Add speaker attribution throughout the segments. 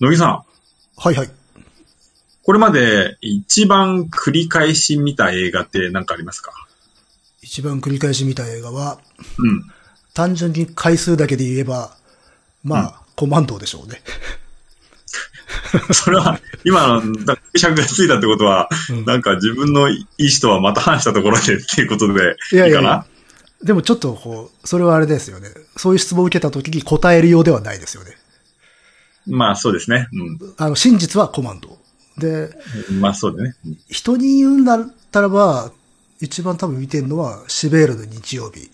Speaker 1: 野木さん、
Speaker 2: はいはい。
Speaker 1: これまで一番繰り返し見た映画って何かありますか
Speaker 2: 一番繰り返し見た映画は、
Speaker 1: うん。
Speaker 2: 単純に回数だけで言えば、まあ、コマンドでしょうね。
Speaker 1: それは、今の、なんか尺がついたってことは、
Speaker 2: うん
Speaker 1: なんか自分のいい人はまた話したところでっていうことで、
Speaker 2: いやいやい
Speaker 1: いいか
Speaker 2: や
Speaker 1: な。
Speaker 2: でもちょっとこう、それはあれですよね。そういう質問を受けた時に答えるようではないですよね。
Speaker 1: まあそうですね。う
Speaker 2: あの、真実はコマンド。で、
Speaker 1: ん。まあそうだね。うん
Speaker 2: 人に言うんだったらば、一番多分見てるのは、シベールの日曜日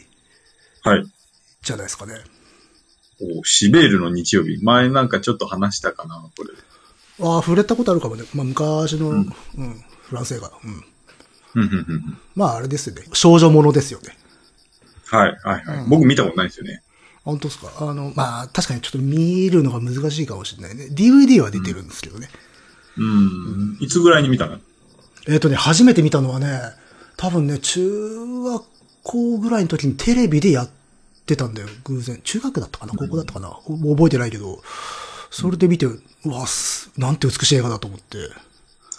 Speaker 1: はい。
Speaker 2: じゃないですかね。
Speaker 1: おシベールの日曜日。前なんかちょっと話したかな、これ。
Speaker 2: ああ、触れたことあるかもね。まあ、昔の、うんん、フランス映画。うん。
Speaker 1: うんうんうんうん
Speaker 2: まあ、あれですよね。少女ものですよね。
Speaker 1: はい、はい、はい。
Speaker 2: うん
Speaker 1: 僕見たことないですよね。
Speaker 2: 本当ですかあの、まあ、確かにちょっと見るのが難しいかもしれないね。DVD は出てるんですけどね。
Speaker 1: うん。いつぐらいに見たの
Speaker 2: えっ、とね、初めて見たのはね、多分ね、中学校ぐらいの時にテレビでやってたんだよ、偶然。中学だったかな高校だったかな、お覚えてないけど、それで見て、うわ、すなんて美しい映画だと思って、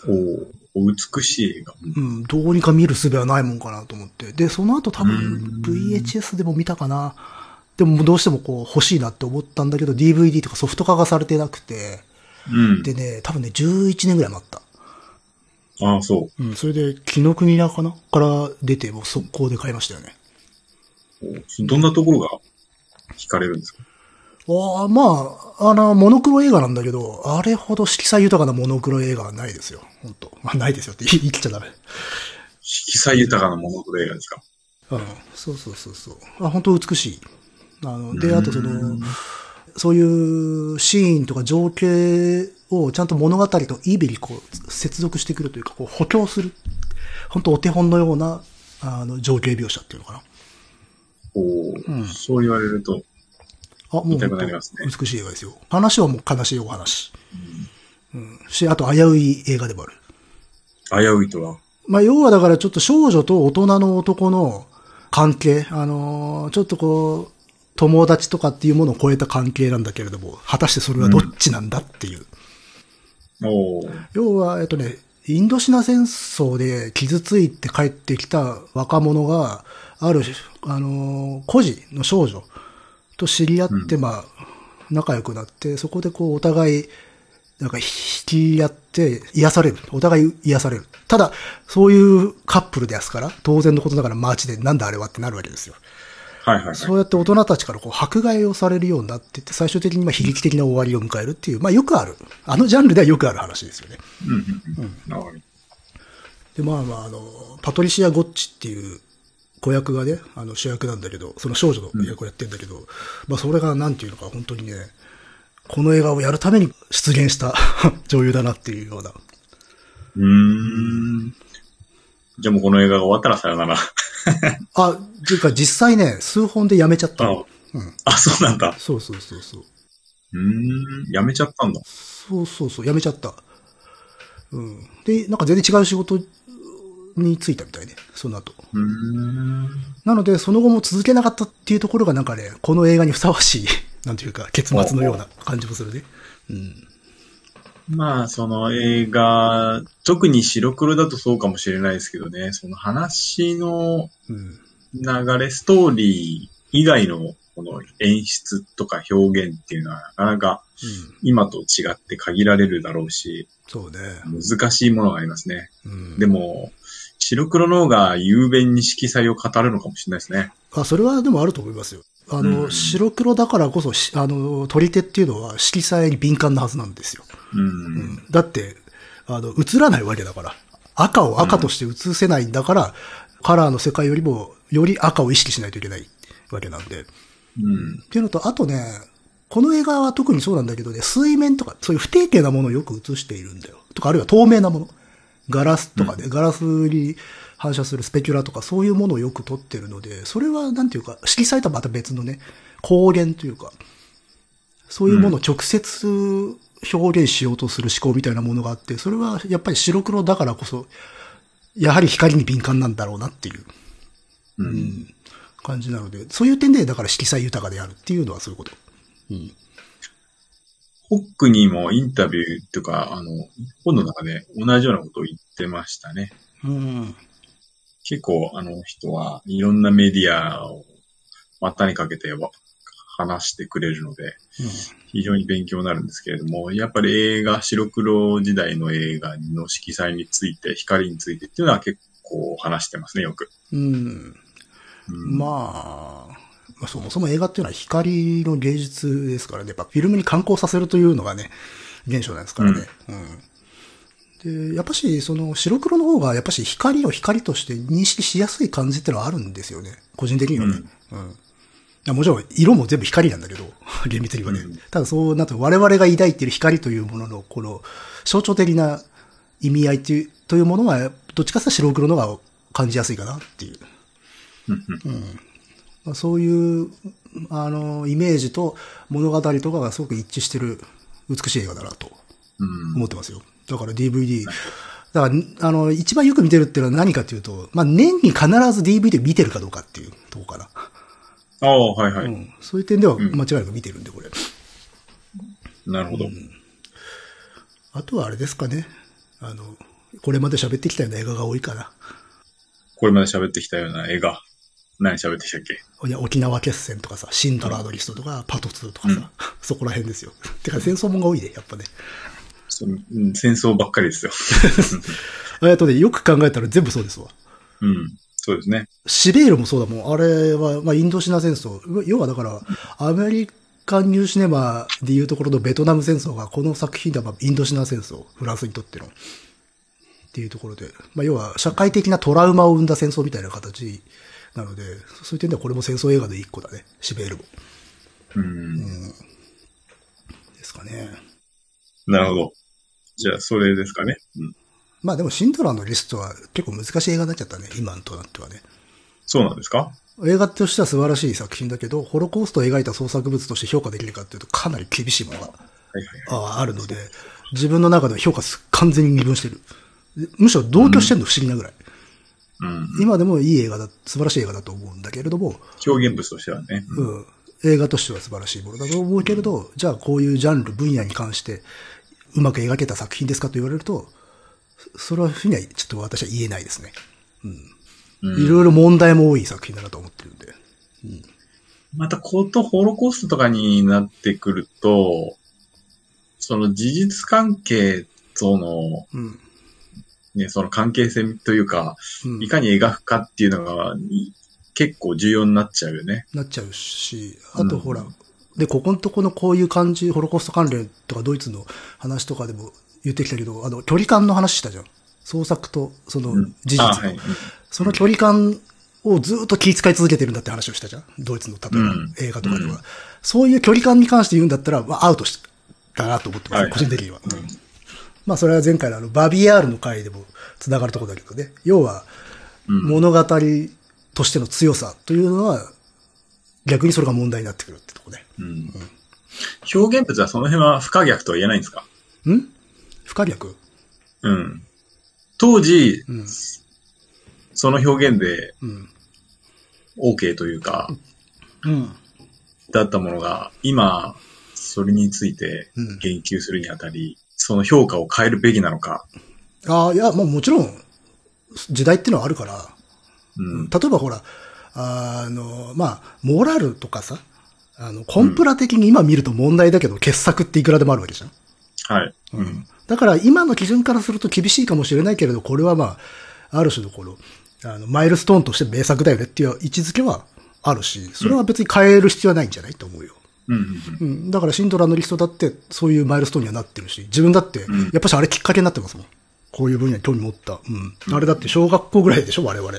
Speaker 1: おお美しい映画。
Speaker 2: うん、どうにか見る術はないもんかなと思って。で、その後多分
Speaker 1: う
Speaker 2: VHS でも見たかな。でもどうしてもこう欲しいなって思ったんだけど、DVD とかソフト化がされてなくて、
Speaker 1: うん。
Speaker 2: でね、多分ね、11年ぐらい待った。
Speaker 1: ああ、そう。
Speaker 2: うん、それで、紀ノ国屋かなから出て、もう速攻で買いましたよね。
Speaker 1: どんなところが惹かれるんですか
Speaker 2: ああ、まあ、あの、モノクロ映画なんだけど、あれほど色彩豊かなモノクロ映画はないですよ。本当まあ、ないですよって 言い言い切っちゃダメ。
Speaker 1: 色彩豊かなモノクロ映画ですか
Speaker 2: うん。そうそうそうそう。あ、本当美しい。あの、で、あとそ
Speaker 1: うん
Speaker 2: の、そういうシーンとか情景をちゃんと物語とイベリこう、接続してくるというか、こう補強する。本当お手本のような、あの、情景描写っていうのかな。
Speaker 1: おー
Speaker 2: うん
Speaker 1: そう言われると、
Speaker 2: あ、もう
Speaker 1: 見たくなりますね
Speaker 2: 美しい映画ですよ。話はもう悲しいお話。うん。し、あと危うい映画でもある。
Speaker 1: 危ういとは。
Speaker 2: まあ、要はだからちょっと少女と大人の男の関係、あのーちょっとこう、友達とかっていうものを超えた関係なんだけれども、果たしてそれはどっちなんだっていう。
Speaker 1: おー
Speaker 2: 要は、えっとね、インドシナ戦争で傷ついて帰ってきた若者が、ある、あのー孤児の少女と知り合って、まあ、仲良くなって、そこでこう、お互い、なんか、引き合って、癒される。お互い癒される。ただ、そういうカップルですから、当然のことながら街で、なんだあれはってなるわけですよ。
Speaker 1: はいはいはい。
Speaker 2: そうやって大人たちからこう迫害をされるようになってって、最終的にまあ悲劇的な終わりを迎えるっていう、まあよくある。あのジャンルではよくある話ですよね。
Speaker 1: うんうんうん。なるほど
Speaker 2: で、まあまあ、あの、パトリシア・ゴッチっていう子役がね、あの主役なんだけど、その少女の役をやってんだけど、まあそれがなんていうのか、本当にね、この映画をやるために出現した 女優だなっていうような。
Speaker 1: うーん。じゃあもうこの映画が終わったらさよなら。
Speaker 2: あ、というか実際ね、数本でやめちゃった
Speaker 1: あ
Speaker 2: の。うん。
Speaker 1: あ、そうなんだ。
Speaker 2: そうそうそうそう。
Speaker 1: うーん。やめちゃったんだ。
Speaker 2: そうそうそう、辞めちゃった。うん。で、なんか全然違う仕事に就いたみたいね、その後。
Speaker 1: うーん。
Speaker 2: なので、その後も続けなかったっていうところがなんかね、この映画にふさわしい、 なんていうか、結末のような感じもするね。うん。
Speaker 1: まあ、その映画、特に白黒だとそうかもしれないですけどね、その話の
Speaker 2: うん。
Speaker 1: 流れ、ストーリー以外のこの演出とか表現っていうのはなかなか今と違って限られるだろうし、
Speaker 2: そうね。
Speaker 1: 難しいものがありますね。
Speaker 2: うん。
Speaker 1: でも、白黒の方が雄弁に色彩を語るのかもしれないですね。
Speaker 2: あ、それはでもあると思いますよ。あの、
Speaker 1: うん
Speaker 2: 白黒だからこそし、あの、取り手っていうのは色彩に敏感なはずなんですよ。
Speaker 1: うん。
Speaker 2: うんだって、あの、映らないわけだから。赤を赤として映せないんだから、カラーの世界よりも、より赤を意識しないといけないわけなんで。っ
Speaker 1: うん。
Speaker 2: ていうのと、あとね、この映画は特にそうなんだけどね、水面とか、そういう不定形なものをよく映しているんだよ。とか、あるいは透明なもの。ガラスとかね、ガラスに反射するスペキュラとか、そういうものをよく撮ってるので、それはなんていうか、色彩とはまた別のね、光源というか、そういうものを直接表現しようとする思考みたいなものがあって、それはやっぱり白黒だからこそ、やはり光に敏感なんだろうなっていう、
Speaker 1: うん
Speaker 2: うん感じなので、そういう点で、だから色彩豊かであるっていうのはそういうこと。うん。
Speaker 1: ホックにもインタビューとか、あの、本の中で同じようなことを言ってましたね。
Speaker 2: うん。
Speaker 1: 結構あの人はいろんなメディアを股にかけてわ話してくれるので、
Speaker 2: 嗯
Speaker 1: 非常に勉強になるんですけれども、やっぱり映画、白黒時代の映画の色彩について、光についてっていうのは結構話してますね、よく。
Speaker 2: うん。
Speaker 1: うん
Speaker 2: まあ、まあ、そもそも映画っていうのは光の芸術ですからね、やっぱフィルムに感光させるというのがね、現象なんですからね。うん。で、やっぱし、その白黒の方が、やっぱし光を光として認識しやすい感じってのはあるんですよね。個人的にはね。うん。いやもちろん、色も全部光なんだけど、 厳密にはね。
Speaker 1: うん
Speaker 2: ただそうなって、我々が抱いている光というものの、この、象徴的な意味合いという、というものは、どっちかというと白黒の方が感じやすいかなっていう。
Speaker 1: うんうん
Speaker 2: まあそういう、あの、イメージと物語とかがすごく一致してる美しい映画だなと
Speaker 1: うん
Speaker 2: 思ってますよ。だから DVD。だから、あの、一番よく見てるっていうのは何かというと、まあ、年に必ず DVD 見てるかどうかっていうとこか
Speaker 1: ああ、はいは
Speaker 2: な。う
Speaker 1: い。
Speaker 2: ん。そういう点では
Speaker 1: ん
Speaker 2: 間違いなく見てるんで、これ。
Speaker 1: なるほど。
Speaker 2: あとはあれですかね。あの、これまで喋ってきたような映画が多いかな。
Speaker 1: これまで喋ってきたような映画、何喋ってきたっけ
Speaker 2: いや、沖縄決戦とかさ、シンドラードリストとか、パート2とかさ、そこら辺ですよ。てか戦争もんが多いね、やっぱね。
Speaker 1: そのうん戦争ばっかりですよ。
Speaker 2: えっとね、よく考えたら全部そうですわ。
Speaker 1: うん。そうですね。
Speaker 2: シベールもそうだもん。あれは、まあ、インドシナ戦争。要はだから、アメリカンニューシネマでいうところのベトナム戦争が、この作品ではまあインドシナ戦争、フランスにとっての。っていうところで。まあ、要は、社会的なトラウマを生んだ戦争みたいな形なので、そういう点ではこれも戦争映画の一個だね。シベールも。
Speaker 1: うん。
Speaker 2: ですかね。
Speaker 1: なるほど。じゃあ、それですかね。うん。
Speaker 2: まあでも、シンドラーのリストは結構難しい映画になっちゃったね。今となってはね。
Speaker 1: そうなんですか
Speaker 2: 映画としては素晴らしい作品だけど、ホロコーストを描いた創作物として評価できるかっていうと、かなり厳しいものが
Speaker 1: はいはいはい。
Speaker 2: ああるので、自分の中では評価す完全に二分してる。でむしろ同居してるの不思議なぐらい。
Speaker 1: うん。
Speaker 2: 今でもいい映画だ、素晴らしい映画だと思うんだけれども、
Speaker 1: 表現物としてはね。うん
Speaker 2: うん、映画としては素晴らしいものだと思うけれど、じゃあこういうジャンル、分野に関してうまく描けた作品ですかと言われると、そそれはふうにはちょっと私は言えないですね。
Speaker 1: うん
Speaker 2: いろいろ問題も多い作品だなと思ってるんで。
Speaker 1: また、こと、ホロコーストとかになってくると、その事実関係との、
Speaker 2: うん。
Speaker 1: ね、その関係性というか、
Speaker 2: うん
Speaker 1: いかに描くかっていうのが、い結構重要になっちゃうよね。
Speaker 2: なっちゃうし、あ
Speaker 1: う
Speaker 2: と
Speaker 1: ん
Speaker 2: ほら、で、ここのとこのこういう感じ、ホロコースト関連とかドイツの話とかでも言ってきたけど、あの、距離感の話したじゃん。創作と、その、事実
Speaker 1: あは
Speaker 2: の、
Speaker 1: い。
Speaker 2: その距離感をずっと気遣い続けてるんだって話をしたじゃん。ドイツの、例えば、
Speaker 1: うん
Speaker 2: 映画とかでは、
Speaker 1: うん
Speaker 2: そういう距離感に関して言うんだったら、まあ、アウトしたなと思ってます、
Speaker 1: はい
Speaker 2: 個人的には。
Speaker 1: うん
Speaker 2: まあ、それは前回のあの、バビアールの回でも繋がるところだけどね。要は、
Speaker 1: うん
Speaker 2: 物語としての強さというのは、逆にそれが問題になってくるってとこね。
Speaker 1: うん表現物はその辺は不可逆とは言えないんですか
Speaker 2: ん不可逆
Speaker 1: うん。当時、
Speaker 2: うん。
Speaker 1: その表現で
Speaker 2: うん。
Speaker 1: OK というか、
Speaker 2: うん。
Speaker 1: だったものが、今、それについて
Speaker 2: うん
Speaker 1: 言及するにあたり、その評価を変えるべきなのか。
Speaker 2: ああ、いや、もうもちろん、時代っていうのはあるから、
Speaker 1: うん。
Speaker 2: 例えばほら、あの、まあ、モラルとかさ、あの、コンプラ的に今見ると問題だけど、傑作っていくらでもあるわけじゃん。
Speaker 1: はい。
Speaker 2: うんだから今の基準からすると厳しいかもしれないけれど、これはまあ、ある種のこの、あの、マイルストーンとして名作だよねっていう位置づけはあるし、それは別に変える必要はないんじゃないと思うよ。
Speaker 1: うん。
Speaker 2: うん。だからシンドラーのリストだってそういうマイルストーンにはなってるし、自分だって、
Speaker 1: ん
Speaker 2: やっぱしあれきっかけになってますもん。こういう分野に興味持った。うん。あれだって小学校ぐらいでしょ、我々。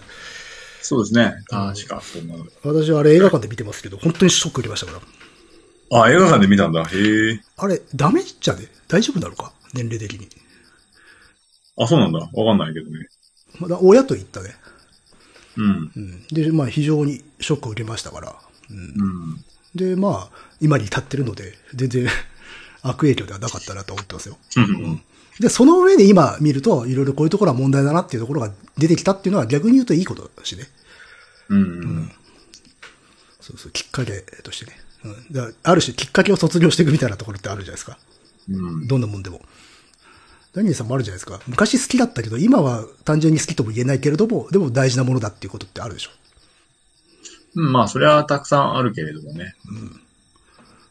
Speaker 1: そうですね。確か、そんなの。
Speaker 2: 私はあれ映画館で見てますけど、本当にショック受けましたから。
Speaker 1: あ、映画館で見たんだ。へえ。
Speaker 2: あれ、ダメじゃね大丈夫なのか年齢的に。
Speaker 1: あ、そうなんだ。わかんないけどね。
Speaker 2: まだ親と言ったね。
Speaker 1: うん。
Speaker 2: うん。で、まあ非常にショックを受けましたから。うん。
Speaker 1: うん。
Speaker 2: で、まあ、今に至ってるので、全然 悪影響ではなかったなと思ってますよ。
Speaker 1: うん。
Speaker 2: で、その上で今見ると、いろいろこういうところは問題だなっていうところが出てきたっていうのは逆に言うといいことだしね。
Speaker 1: うん。
Speaker 2: そうそう、きっかけとしてね。うん、だからある種きっかけを卒業していくみたいなところってあるじゃないですか。
Speaker 1: うん。
Speaker 2: どんなもんでも。ダニエルさんもあるじゃないですか。昔好きだったけど、今は単純に好きとも言えないけれども、でも大事なものだっていうことってあるでしょ。
Speaker 1: うん、まあ、それはたくさんあるけれどもね。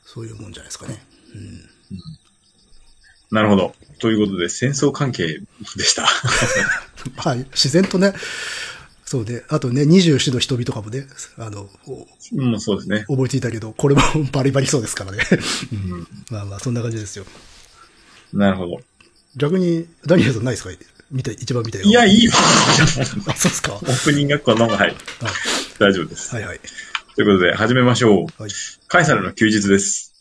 Speaker 2: そういうもんじゃないです かね。
Speaker 1: なるほど。ということで、戦争関係でした。
Speaker 2: はい。自然とね、そうね。あとね、24の人々とかもね、あの、お
Speaker 1: うん、そうですね。
Speaker 2: 覚えていたけど、これも バリバリそうですからね。うんまあまあ、そんな感じですよ。
Speaker 1: なるほど。
Speaker 2: 逆に、ダニエルさんないですか見て、一番見た
Speaker 1: いや、いいよ。
Speaker 2: あ、そうですか。は
Speaker 1: オープニングがこのまま、はい。大丈夫です。
Speaker 2: いはい。
Speaker 1: ということで、始めましょう。
Speaker 2: はい
Speaker 1: カイサルの休日です。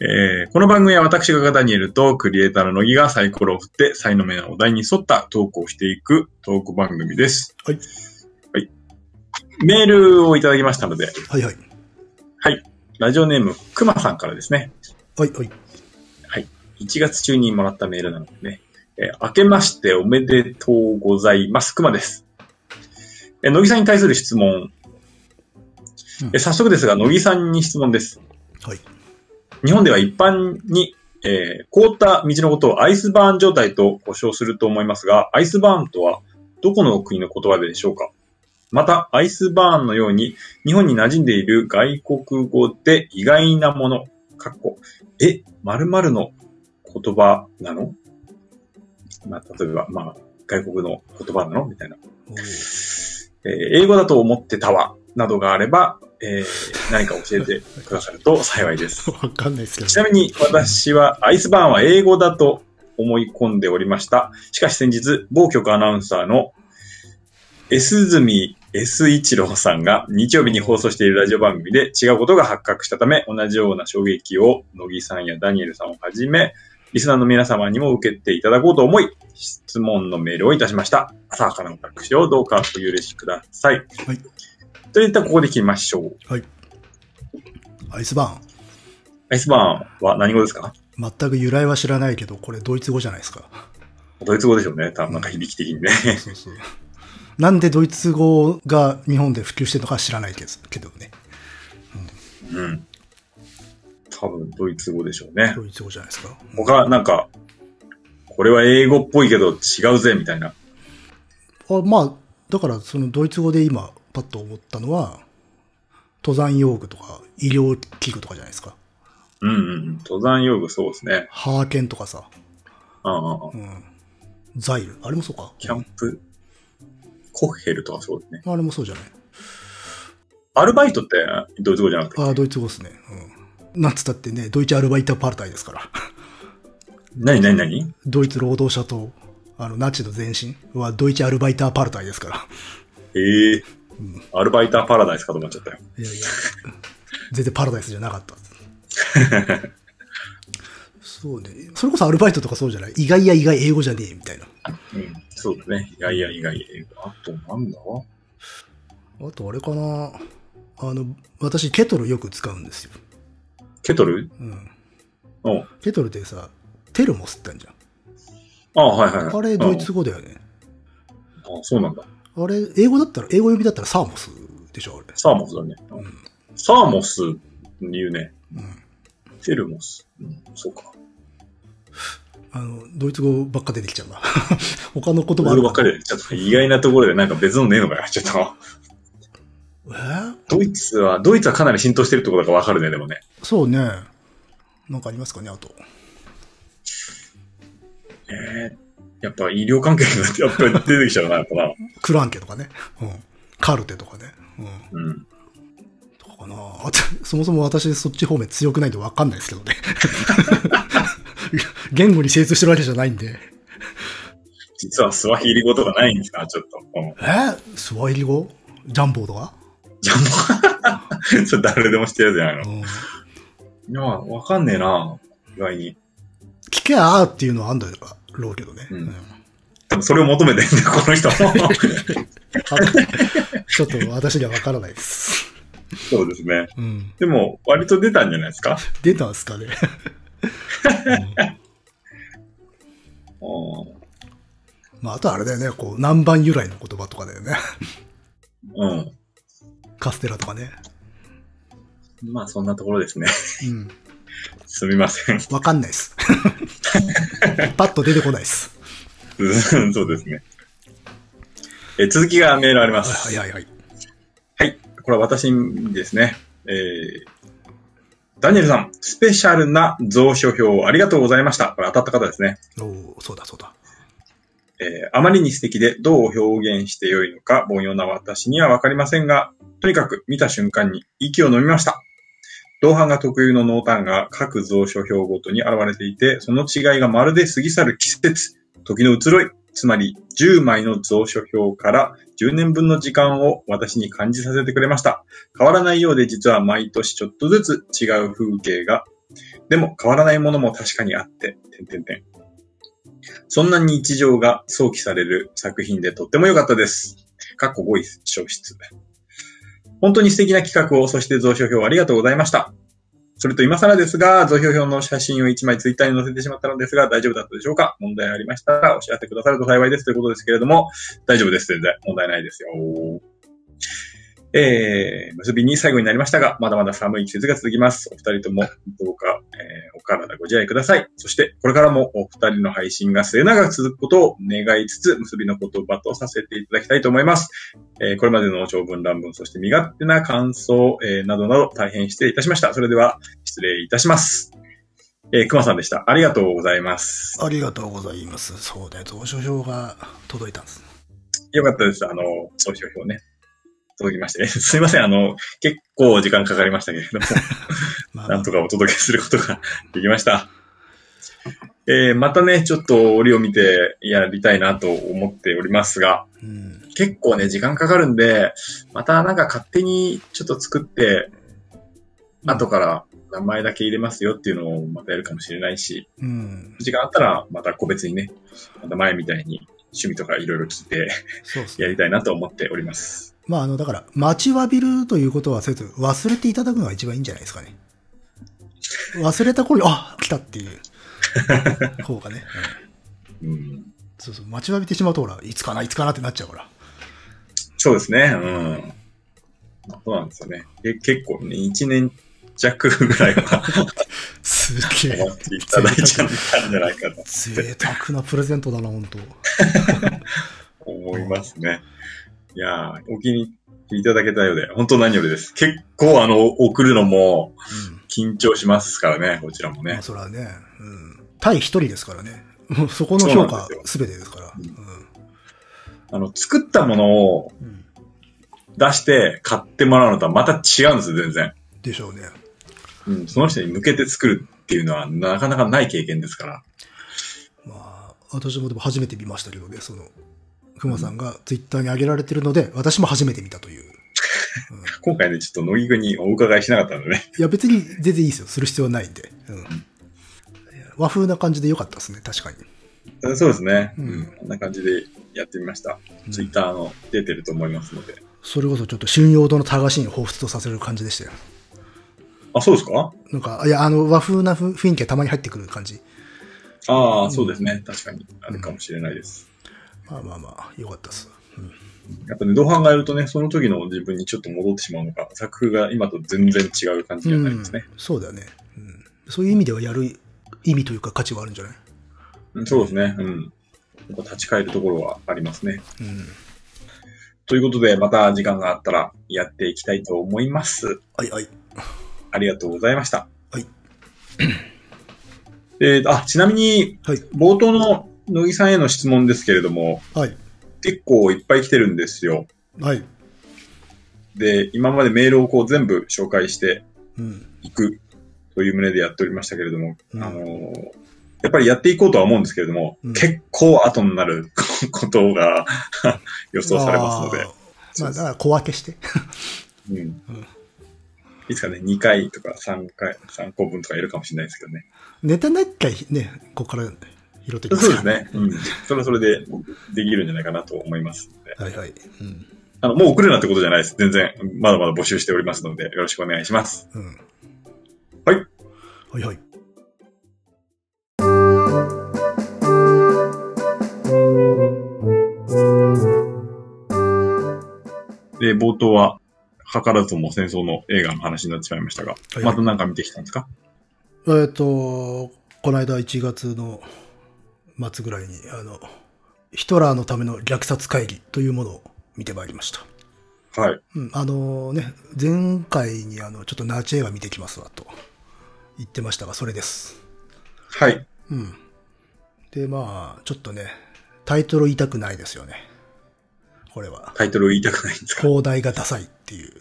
Speaker 1: えーこの番組は私がダニエルとクリエイターの乃木がサイコロを振って、才能面のお題に沿ったトークをしていくトーク番組です。
Speaker 2: はい。
Speaker 1: はい。メールをいただきましたので、
Speaker 2: はいはい。
Speaker 1: ラジオネームくまさんからですね。
Speaker 2: はいはい。
Speaker 1: 1月中にもらったメールなのでね、えー明けましておめでとうございます。熊です。えー、乃木さんに対する質問。
Speaker 2: うん
Speaker 1: えー早速ですが、乃木さんに質問です。
Speaker 2: はい。
Speaker 1: 日本では一般に、えー凍った道のことをアイスバーン状態と呼称すると思いますが、アイスバーンとはどこの国の言葉でしょうかまた、アイスバーンのように日本に馴染んでいる外国語で意外なもの、かっこ、え、〇〇の言葉なのまあ、例えば、まあ、外国の言葉なのみたいな。
Speaker 2: おー
Speaker 1: えー英語だと思ってたわ、などがあれば、えー何か教えてくださると幸いです。
Speaker 2: わかんないですけど
Speaker 1: ちなみに私はアイスバーンは英語だと思い込んでおりました。しかし先日、某局アナウンサーの S 住 S 一郎さんが日曜日に放送しているラジオ番組で違うことが発覚したため、同じような衝撃を乃木さんやダニエルさんをはじめ、リスナーの皆様にも受けていただこうと思い、質問のメールをいたしました。浅はかな私をどうかお許しください。
Speaker 2: はい。
Speaker 1: といったここで聞きましょう。
Speaker 2: アイスバ
Speaker 1: アイスバーンは何語ですか
Speaker 2: ーン。全く由来は知らないけど、これドイツ語じゃないですか。
Speaker 1: ドイツ語でしょうね。多分なんか響き的にね。
Speaker 2: そうそう。なんでドイツ語が日本で普及してるのかは知らないけどけどね。
Speaker 1: うん。多分、ドイツ語でしょうね。
Speaker 2: ドイツ語じゃないですか。
Speaker 1: 他、なんか、これは英語っぽいけど違うぜ、みたいな。
Speaker 2: あまあ、だからそのドイツ語で今パッと思ったのは、登山用具とか医療器具とかじゃないですか。
Speaker 1: うんうんうん。登山用具、そうですね。
Speaker 2: ハーケンとかさ、
Speaker 1: うんうんうん。
Speaker 2: うん。ザイル。あれもそうか。
Speaker 1: キャンプ、コッヘルとかそうですね。
Speaker 2: あれもそうじゃない。
Speaker 1: アルバイトってドイツ語じゃなくて、
Speaker 2: ああ、ドイツ語ですね。うん。なんつったってね、ドイツアルバイターパルタイですから。
Speaker 1: 何何何
Speaker 2: ドイツ労働者と、あの、ナチの前身はドイツアルバイターパルタイですから。
Speaker 1: ええアルバイターパラダイスかと思っちゃったよ。
Speaker 2: いやいや、全然パラダイスじゃなかった。 そうね。それこそアルバイトとかそうじゃない意外や意外英語じゃねえみたいな。
Speaker 1: うん。そうだね。いやいやいやいや。あと、なんだ
Speaker 2: あとあれかなあの、私ケトルよく使うんですよ。
Speaker 1: ケトル
Speaker 2: うん。
Speaker 1: うん。
Speaker 2: ケトルってさ、テルモスってあるじゃん。
Speaker 1: あはいはいはい。
Speaker 2: あれドイツ語だよね。
Speaker 1: うんあそうなんだ。
Speaker 2: あれ、英語だったら、英語読みだったらサーモスでしょ、あれ。
Speaker 1: サーモスだね。サーモス言うね。
Speaker 2: うん。
Speaker 1: テルモス。うん、そうか。
Speaker 2: あの、ドイツ語ばっか出てきちゃうな。 他の言葉
Speaker 1: 俺
Speaker 2: ある
Speaker 1: ばっかりで、ちょっと意外なところでなんか別のねえのかよ。ちょっと。
Speaker 2: えー
Speaker 1: ドイツは、ドイツはかなり浸透してるってことがわかるね、でもね。
Speaker 2: そうね。なんかありますかね、あと。
Speaker 1: ええやっぱ医療関係がやっぱり出てきちゃうな、やっぱな。
Speaker 2: クランケとかね。うん。カルテとかね。うん。
Speaker 1: うん。
Speaker 2: とかかなあとそもそも私そっち方面強くないんでわかんないですけどね。 言語に精通してるわけじゃないんで。
Speaker 1: 実はスワヒリ語とかないんですな、ちょっと。うん
Speaker 2: えースワイリ語ジャンボーとか
Speaker 1: ジャンボ。 それ誰でも知ってるやつじゃないうの。
Speaker 2: ん。
Speaker 1: いや、わかんねえな、意外に。
Speaker 2: 聞けあーっていうのはあんだろうけどね。
Speaker 1: うん
Speaker 2: うん
Speaker 1: 多分それを求めてんだよ、この人も。
Speaker 2: ちょっと私にはわからないです。
Speaker 1: そうですね。
Speaker 2: うん。
Speaker 1: でも、割と出たんじゃないですか
Speaker 2: 出たんすかね。まあ、あとはあれだよね、こう、南蛮由来の言葉とかだよね。
Speaker 1: うん。うん。
Speaker 2: カステラとかね。
Speaker 1: まあ、そんなところですね。
Speaker 2: うん。
Speaker 1: すみません。
Speaker 2: わかんないっす。 パッと出てこないっす。
Speaker 1: うんそうですね。え続きがメールあります。
Speaker 2: はいはいはい。
Speaker 1: はい。これは私にですね。えー、ダニエルさん、スペシャルな蔵書表ありがとうございました。これ当たった方ですね。
Speaker 2: おおそうだそうだ。
Speaker 1: えーあまりに素敵でどう表現してよいのか、凡庸な私にはわかりませんが、とにかく見た瞬間に息を飲みました。同伴が特有の濃淡が各蔵書表ごとに現れていて、その違いがまるで過ぎ去る季節、時の移ろい、つまり10枚の蔵書表から10年分の時間を私に感じさせてくれました。変わらないようで実は毎年ちょっとずつ違う風景が、でも変わらないものも確かにあって、てんてんてん。そんな日常が想起される作品でとっても良かったです。かっこ5位消失。本当に素敵な企画を、そして蔵書表ありがとうございました。それと今更ですが、蔵書表の写真を1枚ツイッターに載せてしまったのですが、大丈夫だったでしょうか問題ありましたらお知らせくださると幸いですということですけれども、大丈夫です。全然問題ないですよ。えー、結びに最後になりましたが、まだまだ寒い季節が続きます。お二人ともどうか、えーお体ご自愛ください。そして、これからもお二人の配信が末永く続くことを願いつつ、結びの言葉とさせていただきたいと思います。えーこれまでの長文乱文、そして身勝手な感想、えーなどなど大変失礼いたしました。それでは、失礼いたします。えー、熊さんでした。ありがとうございます。
Speaker 2: ありがとうございます。そうだよ、蔵書表が届いたんです。
Speaker 1: よかったです。あの、総書表ね。届きましてね。 すいません。あの、結構時間かかりましたけれども、
Speaker 2: まあ、
Speaker 1: なんとかお届けすることができました。えー、またね、ちょっと折を見てやりたいなと思っておりますが、
Speaker 2: うん。
Speaker 1: 結構ね、時間かかるんで、またなんか勝手にちょっと作って、後から名前だけ入れますよっていうのをまたやるかもしれないし、
Speaker 2: うん。
Speaker 1: 時間あったらまた個別にね、また前みたいに趣味とかいろいろ聞いて
Speaker 2: そうです
Speaker 1: や
Speaker 2: ね。
Speaker 1: りたいなと思っております。
Speaker 2: まあ、あの、だから、待ちわびるということはせず、忘れていただくのが一番いいんじゃないですかね。忘れた頃に、あ来たっていう方がね。うん
Speaker 1: うん
Speaker 2: そうそう、待ちわびてしまうと、ほら、いつかな、いつかなってなっちゃうから。
Speaker 1: そうですね。うん。そうなんですよね。け結構ね、1年弱ぐらいは
Speaker 2: すげえ
Speaker 1: 思。っていただいちゃったんじゃないかと
Speaker 2: 贅沢なプレゼントだな、本当。
Speaker 1: 思いますね。いやー、お気に入りいただけたようで、本当何よりです。結構あの、送るのも緊張しますからね、こちらも
Speaker 2: ま
Speaker 1: ね
Speaker 2: あ、。それはね、うん。対一人ですからね。もうそこの評
Speaker 1: そうな
Speaker 2: 価
Speaker 1: んで
Speaker 2: 全てですから。
Speaker 1: うんあの、作ったものを
Speaker 2: うんうん
Speaker 1: 出して買ってもらうのとはまた違うんですよ、全然。
Speaker 2: でしょうね。
Speaker 1: うん、その人に向けて作るっていうのはなかなかない経験ですから。
Speaker 2: まあ、私もでも初めて見ましたけどね、その、熊さんがツイッターに上げられてるので、私も初めて見たという。うん
Speaker 1: 今回ね、ちょっと乃木くんにお伺いしなかったのでね。
Speaker 2: いや、別に全然いいですよ。する必要はないんで。うん和風な感じで良かったですね、確かに。
Speaker 1: うんそうですね。
Speaker 2: う
Speaker 1: うんん。こんな感じでやってみました。
Speaker 2: うん
Speaker 1: ツイッターの出てると思いますので。
Speaker 2: それこそちょっと春陽堂のタガシンを彷彿とさせる感じでしたよ。
Speaker 1: あ、そうですか
Speaker 2: なんか、いや、あの、和風なふ雰囲気がたまに入ってくる感じ。
Speaker 1: ああ、そうですね。確かに。あるかもしれないです。
Speaker 2: まあまあまあ、良かったです。うん
Speaker 1: やっぱね、同伴がやるとね、その時の自分にちょっと戻ってしまうのか、作風が今と全然違う感じになりますね。
Speaker 2: うん、そうだよね、うん。そういう意味ではやる意味というか価値はあるんじゃない、
Speaker 1: うんそうですね。うん。やっぱ立ち返るところはありますね。
Speaker 2: うん、
Speaker 1: ということで、また時間があったらやっていきたいと思います。
Speaker 2: はいはい。
Speaker 1: ありがとうございました。
Speaker 2: はい。
Speaker 1: えーと、あ、ちなみに、
Speaker 2: はい。
Speaker 1: 冒頭の乃木さんへの質問ですけれども、
Speaker 2: はい。
Speaker 1: 結構いっぱい来てるんですよ。
Speaker 2: はい。
Speaker 1: で、今までメールをこう全部紹介して
Speaker 2: うん。
Speaker 1: いくという旨でやっておりましたけれども、
Speaker 2: うん
Speaker 1: あのーやっぱりやっていこうとは思うんですけれども、
Speaker 2: うん
Speaker 1: 結構後になる ことが 予想されますので、
Speaker 2: あーまあ、だから小分けして。
Speaker 1: うん
Speaker 2: うん
Speaker 1: いつかね、2回とか3回、3個分とかいるかもしれないですけどね。
Speaker 2: ネタなきゃね、ここから拾ってきます
Speaker 1: そう
Speaker 2: か
Speaker 1: で
Speaker 2: ら
Speaker 1: す。ね。うん。それはそれでできるんじゃないかなと思いますので。
Speaker 2: はいはい。うん。
Speaker 1: あの、もう送るなってことじゃないです。全然、まだまだ募集しておりますので、よろしくお願いします。
Speaker 2: うん。
Speaker 1: はい。
Speaker 2: はいはい。
Speaker 1: で、冒頭は、図らずも戦争の映画の話になってしまいましたが、
Speaker 2: い
Speaker 1: またなんか見てきたんですか
Speaker 2: えっ、と、この間1月の末ぐらいに、あの、ヒトラーのための虐殺会議というものを見てまいりました。
Speaker 1: はい。
Speaker 2: うん、あのね、前回にあの、ちょっとナチ映画見てきますわと言ってましたが、それです。
Speaker 1: はい。
Speaker 2: うん。で、まあ、ちょっとね、タイトル言いたくないですよね。これは。
Speaker 1: タイトルを言いたくないんですか
Speaker 2: 広大がダサいっていう。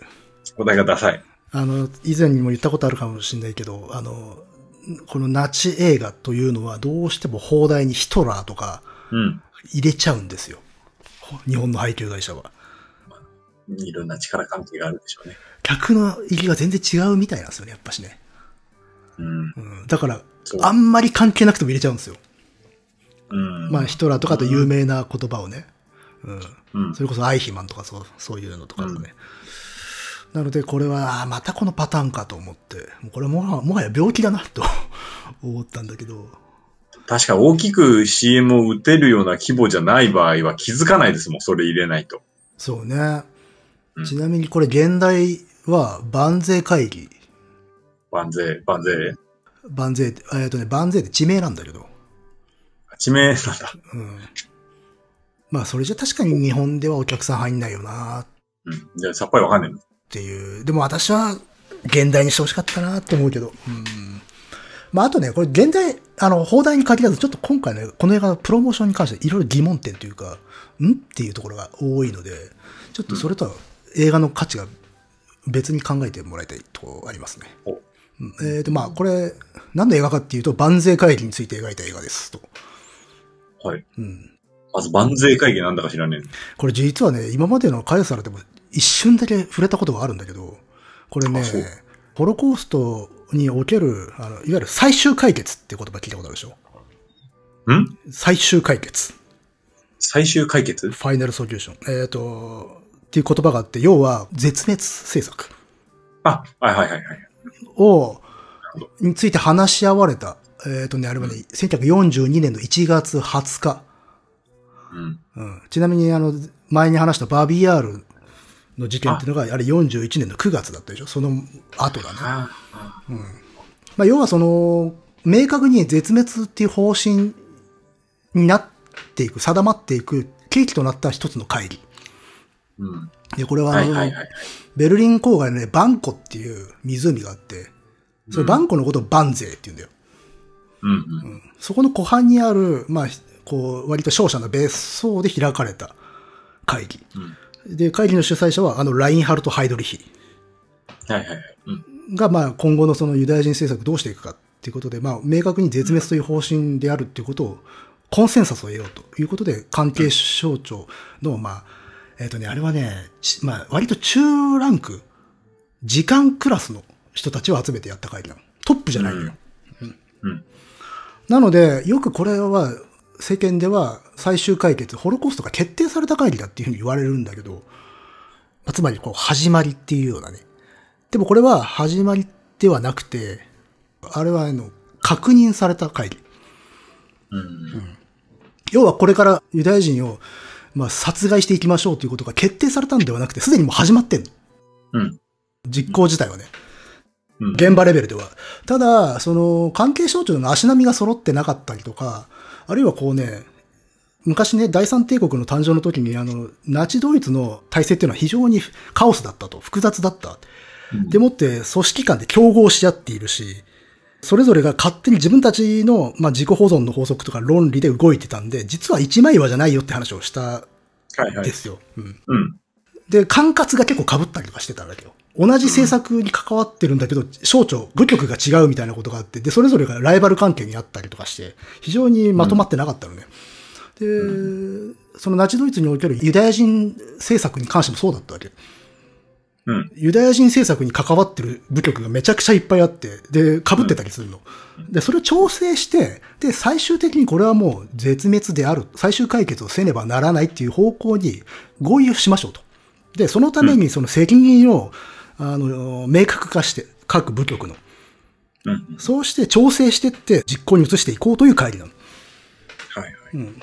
Speaker 1: お題がダサい。
Speaker 2: あの、以前にも言ったことあるかもしれないけど、あの、このナチ映画というのはどうしても放題にヒトラーとか
Speaker 1: うん。
Speaker 2: 入れちゃうんですよ。ほ日本の配給会社は。
Speaker 1: いろんな力関係があるでしょうね。
Speaker 2: 客の入りが全然違うみたいなんですよね、やっぱしね。
Speaker 1: うん。
Speaker 2: うん。だから、
Speaker 1: そう
Speaker 2: あんまり関係なくても入れちゃうんですよ。
Speaker 1: うん。
Speaker 2: まあ、ヒトラーとかあと有名な言葉をね。うん。
Speaker 1: うん
Speaker 2: そ。れこそアイヒマンとかそうそういうのとかもね。なので、これは、あーまたこのパターンかと思って、もうこれもはもはや病気だなと 思ったんだけど、
Speaker 1: 確か大きく CM を打てるような規模じゃない場合は気づかないですもん、それ入れないと。
Speaker 2: そうね
Speaker 1: う。ん
Speaker 2: ちなみにこれ現代は万税会議。
Speaker 1: 万税、万税。
Speaker 2: 万税って、えっとね、万税って地名なんだけど。
Speaker 1: 地名なんだ。
Speaker 2: うん。まあ、それじゃ確かに日本ではお客さん入んないよなっ
Speaker 1: うん。じゃあさっぱりわかんない。
Speaker 2: っていう。でも私は現代にしてほしかったなと思うけど。うん。まああとね、これ現代、あの、放題に限らず、ちょっと今回のこの映画のプロモーションに関していろいろ疑問点というか、んっていうところが多いので、ちょっとそれとは映画の価値が別に考えてもらいたいとこありますね。
Speaker 1: お
Speaker 2: うんえーと、まあこれ、何の映画かっていうと、万税会議について描いた映画ですと。
Speaker 1: はい。
Speaker 2: うん。
Speaker 1: まず万税会議なんだか知らねえ。
Speaker 2: これ実はね、今までのカエサルでも一瞬だけ触れたことがあるんだけど、これね
Speaker 1: あそう、
Speaker 2: ホロコーストにおける、あの、いわゆる最終解決っていう言葉聞いたことあるでしょ
Speaker 1: ん
Speaker 2: 最終解決。
Speaker 1: 最終解決
Speaker 2: ファイナルソリューション。えっ、と、っていう言葉があって、要は絶滅政策
Speaker 1: あ、はいはいはいはい。
Speaker 2: を、について話し合われた。えっ、とね、あれはね、1942年の1月20日。
Speaker 1: うん。
Speaker 2: うん、ちなみに、あの、前に話したバービーアールの事件っていうのが、あれ41年の9月だったでしょその後だね。
Speaker 1: ああ。
Speaker 2: まあ、要はその、明確に絶滅っていう方針になっていく、定まっていく契機となった一つの会議。
Speaker 1: うん。
Speaker 2: で、これは
Speaker 1: は
Speaker 2: あ
Speaker 1: い
Speaker 2: の、
Speaker 1: はいはい。
Speaker 2: ベルリン郊外のね、バンコっていう湖があって、それバンコのことをバンゼーって言うんだよ。
Speaker 1: うんうん。
Speaker 2: そこの湖畔にある、まあ、ひこう、割と商社の別荘で開かれた会議。
Speaker 1: うん。
Speaker 2: で、会議の主催者は、あの、ラインハルト・ハイドリヒ
Speaker 1: はいはいはい。うん。
Speaker 2: が、まあ、今後のそのユダヤ人政策どうしていくかっていうことで、まあ、明確に絶滅という方針であるっていうことを、コンセンサスを得ようということで、関係省庁の、まあ、えっ、とね、あれはね、ちまあ、割と中ランク、時間クラスの人たちを集めてやった会議なの。トップじゃないのよ。
Speaker 1: うん。
Speaker 2: なので、よくこれは、世間では最終解決、ホロコーストが決定された会議だっていうふうに言われるんだけど、まあつまりこう、始まりっていうようなね。でもこれは始まりではなくて、あれはあの、確認された会議。
Speaker 1: うん。
Speaker 2: 要はこれからユダヤ人を、まあ、殺害していきましょうということが決定されたんではなくて、すでにもう始まってんの。
Speaker 1: うん。
Speaker 2: 実行自体はね。
Speaker 1: うん。
Speaker 2: 現場レベルでは。ただ、その、関係省庁の足並みが揃ってなかったりとか、あるいはこうね、昔ね、第三帝国の誕生の時に、あの、ナチドイツの体制っていうのは非常にカオスだったと、複雑だった。
Speaker 1: うん
Speaker 2: でもって、組織間で競合し合っているし、それぞれが勝手に自分たちの、まあ、自己保存の法則とか論理で動いてたんで、実は一枚岩じゃないよって話をした
Speaker 1: はいは
Speaker 2: で
Speaker 1: い。
Speaker 2: すよ。うん。
Speaker 1: うん。
Speaker 2: で、管轄が結構被ったりとかしてたんだけど、同じ政策に関わってるんだけど、省庁、部局が違うみたいなことがあって、で、それぞれがライバル関係にあったりとかして、非常にまとまってなかったのね。で、そのナチドイツにおけるユダヤ人政策に関してもそうだったわけ。
Speaker 1: うん。
Speaker 2: ユダヤ人政策に関わってる部局がめちゃくちゃいっぱいあって、で、被ってたりするの。で、それを調整して、で、最終的にこれはもう絶滅である、最終解決をせねばならないっていう方向に合意をしましょうと。で、そのためにその責任を、あの、明確化して、各部局の。
Speaker 1: うん。
Speaker 2: そうして調整してって実行に移していこうという会議なの。
Speaker 1: はいはい。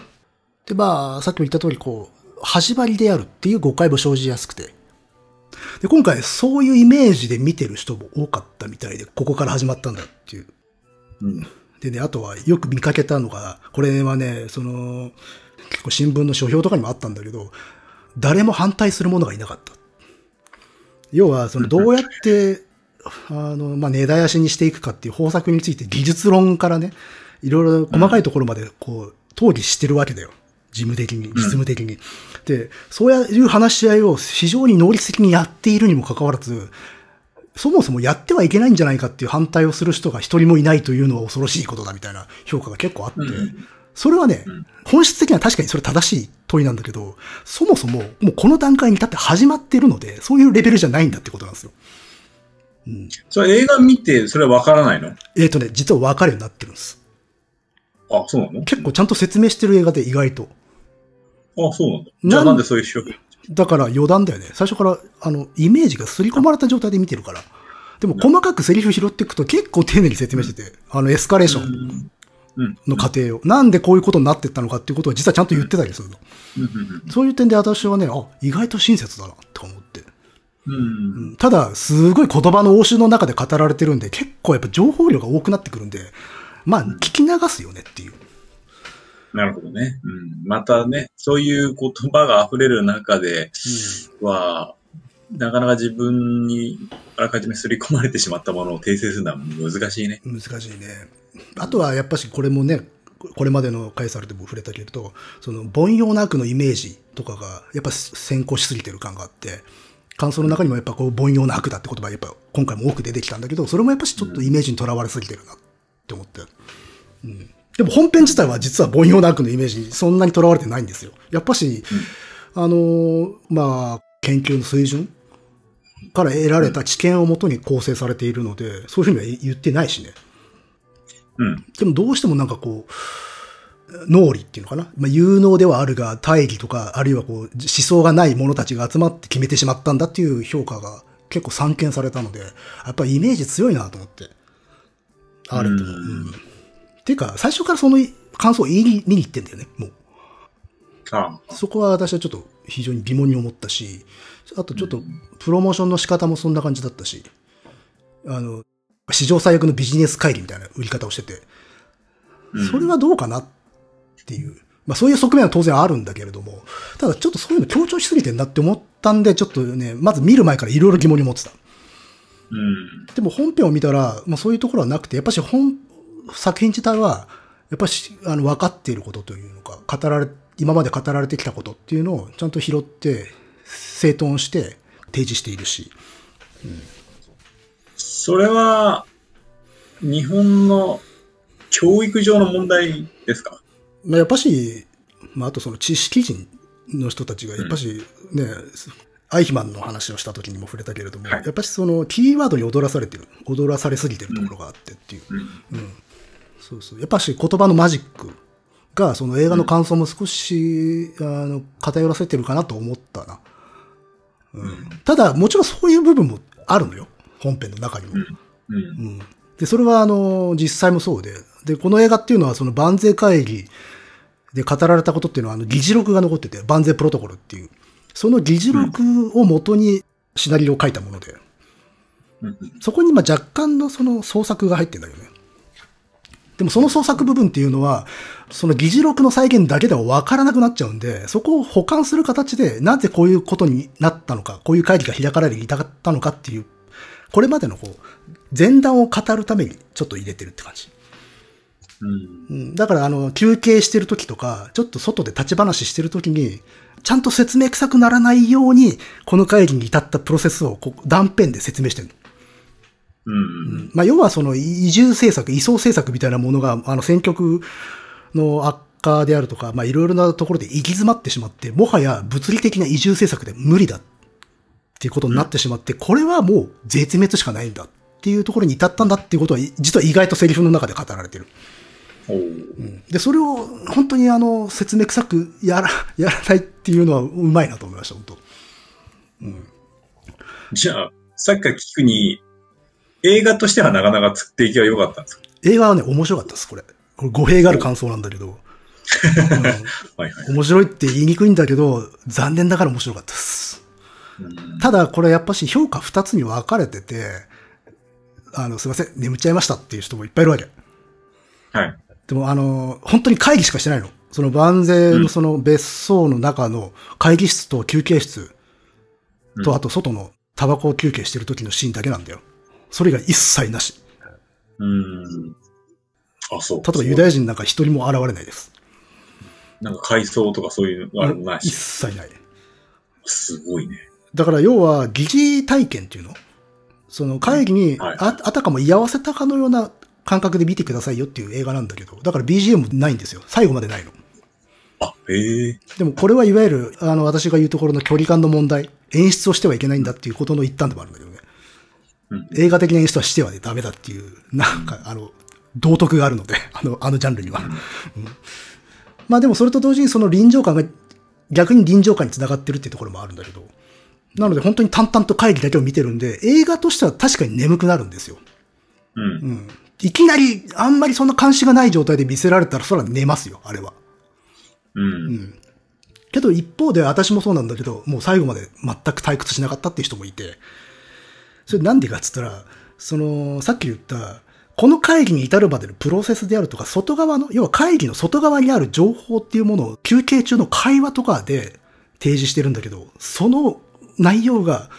Speaker 2: で、まあ、さっきも言った通り、こう、始まりであるっていう誤解も生じやすくて。で、今回そういうイメージで見てる人も多かったみたいで、ここから始まったんだっていう。
Speaker 1: うん。
Speaker 2: でね、あとはよく見かけたのが、これはね、その、結構新聞の書評とかにもあったんだけど、誰も反対する者がいなかった。要は、その、どうやって、あの、まあ、根絶やしにしていくかっていう方策について技術論からね、いろいろ細かいところまで、こう、討議してるわけだよ。事務的に、実務的に。で、そういう話し合いを非常に能率的にやっているにもかかわらず、そもそもやってはいけないんじゃないかっていう反対をする人が一人もいないというのは恐ろしいことだみたいな評価が結構あって、
Speaker 1: うん
Speaker 2: それはね
Speaker 1: うん、
Speaker 2: 本質的には確かにそれ正しい問いなんだけど、そもそももうこの段階に至って始まってるので、そういうレベルじゃないんだってことなんですよ。うん、
Speaker 1: それ映画見て、それはわからないの
Speaker 2: えっ、とね、実は分かるようになってるんです。
Speaker 1: あ、そうなの
Speaker 2: 結構ちゃんと説明してる映画で意外と。
Speaker 1: あ、そうなんだ。じゃ
Speaker 2: な
Speaker 1: あ
Speaker 2: ん
Speaker 1: なんでそういう主役
Speaker 2: だから余談だよね。最初から、あの、イメージが刷り込まれた状態で見てるから。でも細かくセリフ拾っていくと結構丁寧に説明してて、あの、エスカレーション
Speaker 1: うん。
Speaker 2: の過程を、なんでこういうことになってったのかっていうことを実はちゃんと言ってたりするの。
Speaker 1: うんうん
Speaker 2: そういう点で私はね、あ、意外と親切だな、とか思って。
Speaker 1: うん
Speaker 2: う
Speaker 1: うん
Speaker 2: んただ、すごい言葉の応酬の中で語られてるんで、結構やっぱ情報量が多くなってくるんで、まあ、聞き流すよねっていう。
Speaker 1: なるほどね。うん。またね、そういう言葉が溢れる中では、なかなか自分にあらかじめ刷り込まれてしまったものを訂正するのは難しいね。
Speaker 2: 難しいね。あとは、やっぱしこれもね、これまでの回されても触れたけれど、その、凡庸な悪のイメージとかが、やっぱ先行しすぎてる感があって、感想の中にもやっぱこう、凡庸な悪だって言葉がやっぱ今回も多く出てきたんだけど、それもやっぱしちょっとイメージにとらわれすぎてるなって思って。うんでも本編自体は実は凡庸な悪のイメージにそんなにとらわれてないんですよ。やっぱし、あのーまあ、研究の水準から得られた知見をもとに構成されているので、そういうふうには言ってないしね。
Speaker 1: うん。
Speaker 2: でもどうしてもなんかこう、脳裏っていうのかな。まあ、有能ではあるが、大義とか、あるいはこう、思想がない者たちが集まって決めてしまったんだっていう評価が結構散見されたので、やっぱりイメージ強いなと思って。あると。
Speaker 1: うん
Speaker 2: うん。っていうか、最初からその感想を言いに、見に行ってんだよね、もう。
Speaker 1: あ
Speaker 2: そこは私はちょっと非常に疑問に思ったし、あとちょっとプロモーションの仕方もそんな感じだったし、あの、史上最悪のビジネス会議みたいな売り方をしてて、
Speaker 1: うん
Speaker 2: それはどうかなっていう、まあそういう側面は当然あるんだけれども、ただちょっとそういうの強調しすぎてんなって思ったんで、ちょっとね、まず見る前からいろいろ疑問に思ってた。
Speaker 1: うん。
Speaker 2: でも本編を見たら、まあ、そういうところはなくて、やっぱし本、作品自体は、やっぱし、あの、分かっていることというのか、語られ、今まで語られてきたことっていうのをちゃんと拾って、整頓して、提示しているし。
Speaker 1: それは、日本の教育上の問題ですか
Speaker 2: まあ、やっぱし、まあ、あとその知識人の人たちが、やっぱし、ね、アイヒマンの話をした時にも触れたけれども、
Speaker 1: はい
Speaker 2: やっぱしそのキーワードに踊らされてる、踊らされすぎてるところがあってっていう。
Speaker 1: うん。
Speaker 2: そうそう。やっぱし言葉のマジックが、その映画の感想も少し、あの、偏らせてるかなと思ったな。うん。ただ、もちろんそういう部分もあるのよ。本編の中にも。
Speaker 1: うん。
Speaker 2: うん。で、それは、あの、実際もそうで。で、この映画っていうのは、その万税会議で語られたことっていうのは、あの、議事録が残ってて、万税プロトコルっていう。その議事録を元にシナリオを書いたもので。
Speaker 1: うん。
Speaker 2: そこにまあ若干のその創作が入ってんだよね。でもその創作部分っていうのは、その議事録の再現だけでは分からなくなっちゃうんで、そこを補完する形で、なぜこういうことになったのか、こういう会議が開かれるに至ったのかっていう、これまでのこう、前段を語るためにちょっと入れてるって感じ。
Speaker 1: うん。
Speaker 2: うん、だからあの、休憩してる時とか、ちょっと外で立ち話してる時に、ちゃんと説明臭くならないように、この会議に至ったプロセスをこう断片で説明してるの。
Speaker 1: うん。
Speaker 2: まあ、要はその移住政策、移送政策みたいなものが、あの選挙区の悪化であるとか、まあ、いろいろなところで行き詰まってしまって、もはや物理的な移住政策で無理だっていうことになってしまって、これはもう絶滅しかないんだっていうところに至ったんだっていうことは、実は意外とセリフの中で語られてる。
Speaker 1: おー
Speaker 2: で、それを本当にあの、説明臭くやら、 やらないっていうのはうまいなと思いました、本当。
Speaker 1: じゃあ、さっきから聞くに、映画としてはなかなかつっていきは良かったんですか
Speaker 2: 映画はね、面白かったです、これ。これ語弊がある感想なんだけど。うん
Speaker 1: はいはい。
Speaker 2: 面白いって言いにくいんだけど、残念ながら面白かったです。
Speaker 1: うん
Speaker 2: ただこれやっぱし評価二つに分かれてて、あの、すいません、眠っちゃいましたっていう人もいっぱいいるわけ。
Speaker 1: はい。
Speaker 2: でもあの、本当に会議しかしてないの。その万全のその別荘の中の会議室と休憩室
Speaker 1: う
Speaker 2: と、
Speaker 1: ん
Speaker 2: あと外のタバコを休憩してる時のシーンだけなんだよ。それ以外一切なし。
Speaker 1: うん。あ、そう。
Speaker 2: 例えばユダヤ人なんか一人も現れないです。
Speaker 1: なんか海藻とかそういうのあれもない
Speaker 2: 一
Speaker 1: し。
Speaker 2: 切ない。
Speaker 1: すごいね。
Speaker 2: だから要は疑似体験っていうのその会議に
Speaker 1: はい
Speaker 2: ああたかも居合わせたかのような感覚で見てくださいよっていう映画なんだけど、だから BGM ないんですよ。最後までないの。
Speaker 1: あ、へえ。
Speaker 2: でもこれはいわゆる、あの、私が言うところの距離感の問題、演出をしてはいけないんだっていうことの一端でもあるんだけどね。
Speaker 1: うん
Speaker 2: 映画的な演出はしては、ね、ダメだっていう、なんか、あの、道徳があるので、 あの、あのジャンルには。うんまあでもそれと同時にその臨場感が、逆に臨場感につながってるっていうところもあるんだけど。なので本当に淡々と会議だけを見てるんで、映画としては確かに眠くなるんですよ。
Speaker 1: うん
Speaker 2: う。ん。いきなり、あんまりそんな監視がない状態で見せられたら、そら寝ますよ、あれは。
Speaker 1: うん。
Speaker 2: けど一方で私もそうなんだけど、もう最後まで全く退屈しなかったっていう人もいて、それなんでかっつったら、その、さっき言った、この会議に至るまでのプロセスであるとか、外側の、要は会議の外側にある情報っていうものを休憩中の会話とかで提示してるんだけど、その内容が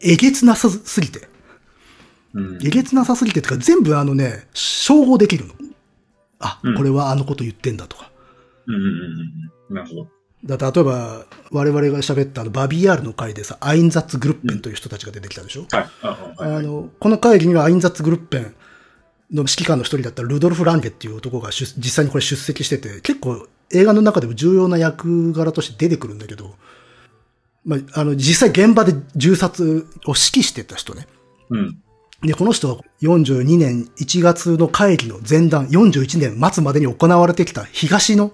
Speaker 2: えげつなさすぎて、
Speaker 1: うん。
Speaker 2: えげつなさすぎてとか、全部あのね、称号できるの。あ
Speaker 1: うん、
Speaker 2: これはあのこと言ってんだとか。
Speaker 1: うんうんうん。なるほど。
Speaker 2: だ例えば、我々が喋ったあのバビーアールの会でさ、アインザッツグルッペンという人たちが出てきたでしょ、
Speaker 1: はい。あ、はい。
Speaker 2: あ
Speaker 1: はい
Speaker 2: の、この会議にはアインザッツグルッペンの指揮官の一人だったルドルフ・ランゲっていう男が出実際にこれ出席してて、結構映画の中でも重要な役柄として出てくるんだけど、まあ、あの、実際現場で銃殺を指揮してた人ね。
Speaker 1: うん。
Speaker 2: で、この人は42年1月の会議の前段、41年末までに行われてきた東の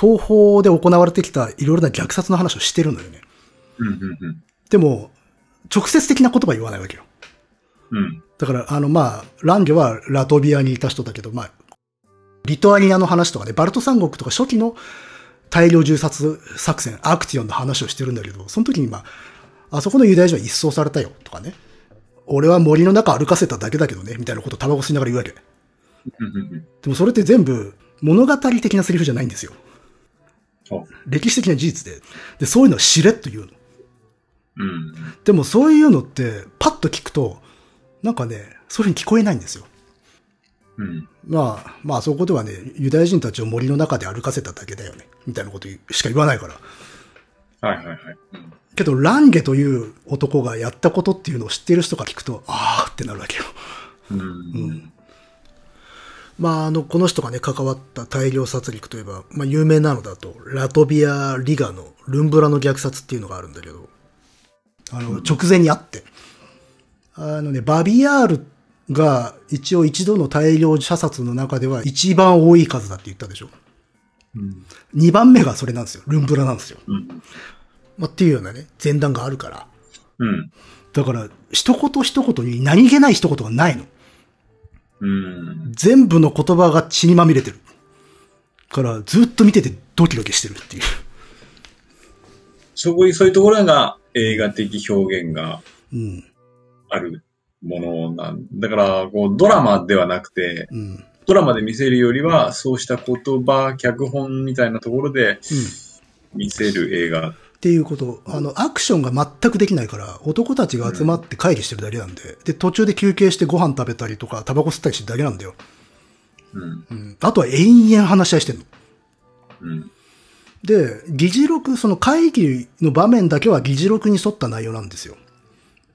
Speaker 2: 東方で行われてきたいろいろな虐殺の話をしてるのよね。
Speaker 1: うんうんうん。
Speaker 2: でも、直接的な言葉は言わないわけよ。
Speaker 1: うん。
Speaker 2: だから、あの、まあ、ランゲはラトビアにいた人だけど、まあ、リトアニアの話とかね、バルト三国とか初期の大量銃殺作戦、アクティオンの話をしてるんだけど、その時にまあ、あそこのユダヤ人は一掃されたよ、とかね。俺は森の中歩かせただけだけどね、みたいなことをタバコ吸いながら言うわけ。で
Speaker 1: うんうん
Speaker 2: もそれって全部物語的なセリフじゃないんですよ。
Speaker 1: うん。あ、
Speaker 2: 歴史的な事実で。で、そういうのをしれっと言うの。
Speaker 1: うん。
Speaker 2: でもそういうのって、パッと聞くと、なんかね、そういうふうに聞こえないんですよ。
Speaker 1: うん。
Speaker 2: まあ、まあ、そこではね、ユダヤ人たちを森の中で歩かせただけだよね、みたいなことしか言わないから。
Speaker 1: はいはいはい。うん
Speaker 2: けど、ランゲという男がやったことっていうのを知っている人が聞くと、あーってなるわけよ。
Speaker 1: うん。
Speaker 2: まあ、あの、この人がね、関わった大量殺戮といえば、まあ、有名なのだと、ラトビア・リガのルンブラの虐殺っていうのがあるんだけど、あの、直前にあって、あのね、バビアールが一応一度の大量射殺の中では一番多い数だって言ったでしょ。
Speaker 1: うん。
Speaker 2: 2番目がそれなんですよ。ルンブラなんですよ。
Speaker 1: うん。
Speaker 2: まあ、っていうようなね、前段があるから。
Speaker 1: うん。
Speaker 2: だから、一言一言に何気ない一言がないの。
Speaker 1: うん。
Speaker 2: 全部の言葉が血にまみれてる。から、ずっと見ててドキドキしてるっていう。
Speaker 1: そこに、そういうところが映画的表現が
Speaker 2: うん。
Speaker 1: あるものなんだから、こう、ドラマではなくて、
Speaker 2: うん。うん。
Speaker 1: ドラマで見せるよりは、そうした言葉、脚本みたいなところで見せる映画。
Speaker 2: っていうこと。あの、アクションが全くできないから、男たちが集まって会議してるだけなんで。で、途中で休憩してご飯食べたりとか、タバコ吸ったりしてるだけなんだよ。
Speaker 1: うん。
Speaker 2: うん。あとは延々話し合いしてんの。
Speaker 1: うん。
Speaker 2: で、議事録、その会議の場面だけは議事録に沿った内容なんですよ。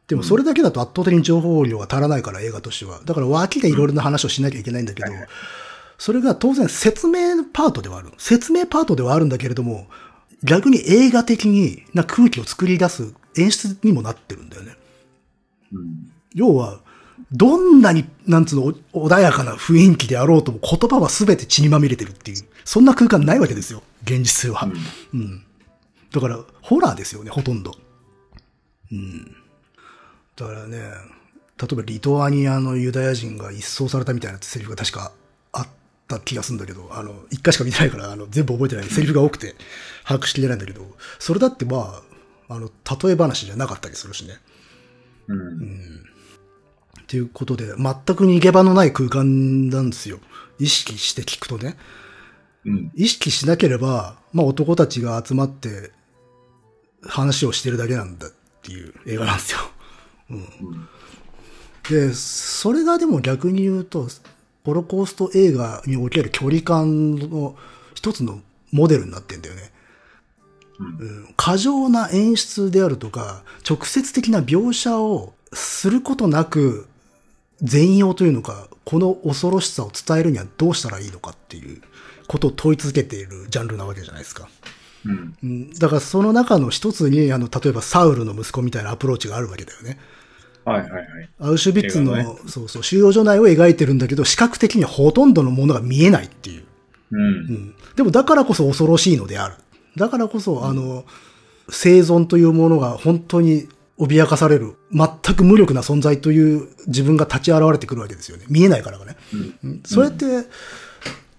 Speaker 2: でもそれだけだと圧倒的に情報量が足らないから映画としては。だから脇でいろいろな話をしなきゃいけないんだけど、それが当然説明パートではある。説明パートではあるんだけれども、逆に映画的にな空気を作り出す演出にもなってるんだよね。
Speaker 1: うん。
Speaker 2: 要は、どんなに、なんつうの、お穏やかな雰囲気であろうとも言葉は全て血にまみれてるっていう、そんな空間ないわけですよ。現実は。
Speaker 1: うん
Speaker 2: うん。だから、ホラーですよね、ほとんど。うん。だからね、例えばリトアニアのユダヤ人が一掃されたみたいなセリフが確かあった気がするんだけど、あの、一回しか見てないから、あの、全部覚えてない。セリフが多くて、把握しきれないんだけど、それだってまあ、あの、例え話じゃなかったりするしね。
Speaker 1: う。
Speaker 2: うんん。っていうことで、全く逃げ場のない空間なんですよ。意識して聞くとね。
Speaker 1: うん。
Speaker 2: 意識しなければ、まあ男たちが集まって話をしてるだけなんだっていう映画なんですよ。
Speaker 1: うん。
Speaker 2: で、それがでも逆に言うと、ホロコースト映画における距離感の一つのモデルになってんだよね。
Speaker 1: うん。
Speaker 2: うん過剰な演出であるとか、直接的な描写をすることなく、全容というのか、この恐ろしさを伝えるにはどうしたらいいのかっていうことを問い続けているジャンルなわけじゃないですか。
Speaker 1: うん。
Speaker 2: うんだからその中の一つに、あの、例えばサウルの息子みたいなアプローチがあるわけだよね。
Speaker 1: はいはいはい。
Speaker 2: アウシュビッツの、
Speaker 1: 映画の
Speaker 2: そうそう、収容所内を描いてるんだけど、視覚的にはほとんどのものが見えないっていう。
Speaker 1: う。
Speaker 2: うんん。でもだからこそ恐ろしいのである。だからこそ、あの、生存というものが本当に脅かされる、全く無力な存在という自分が立ち現れてくるわけですよね。見えないからがね。
Speaker 1: うん。
Speaker 2: うんそうやって、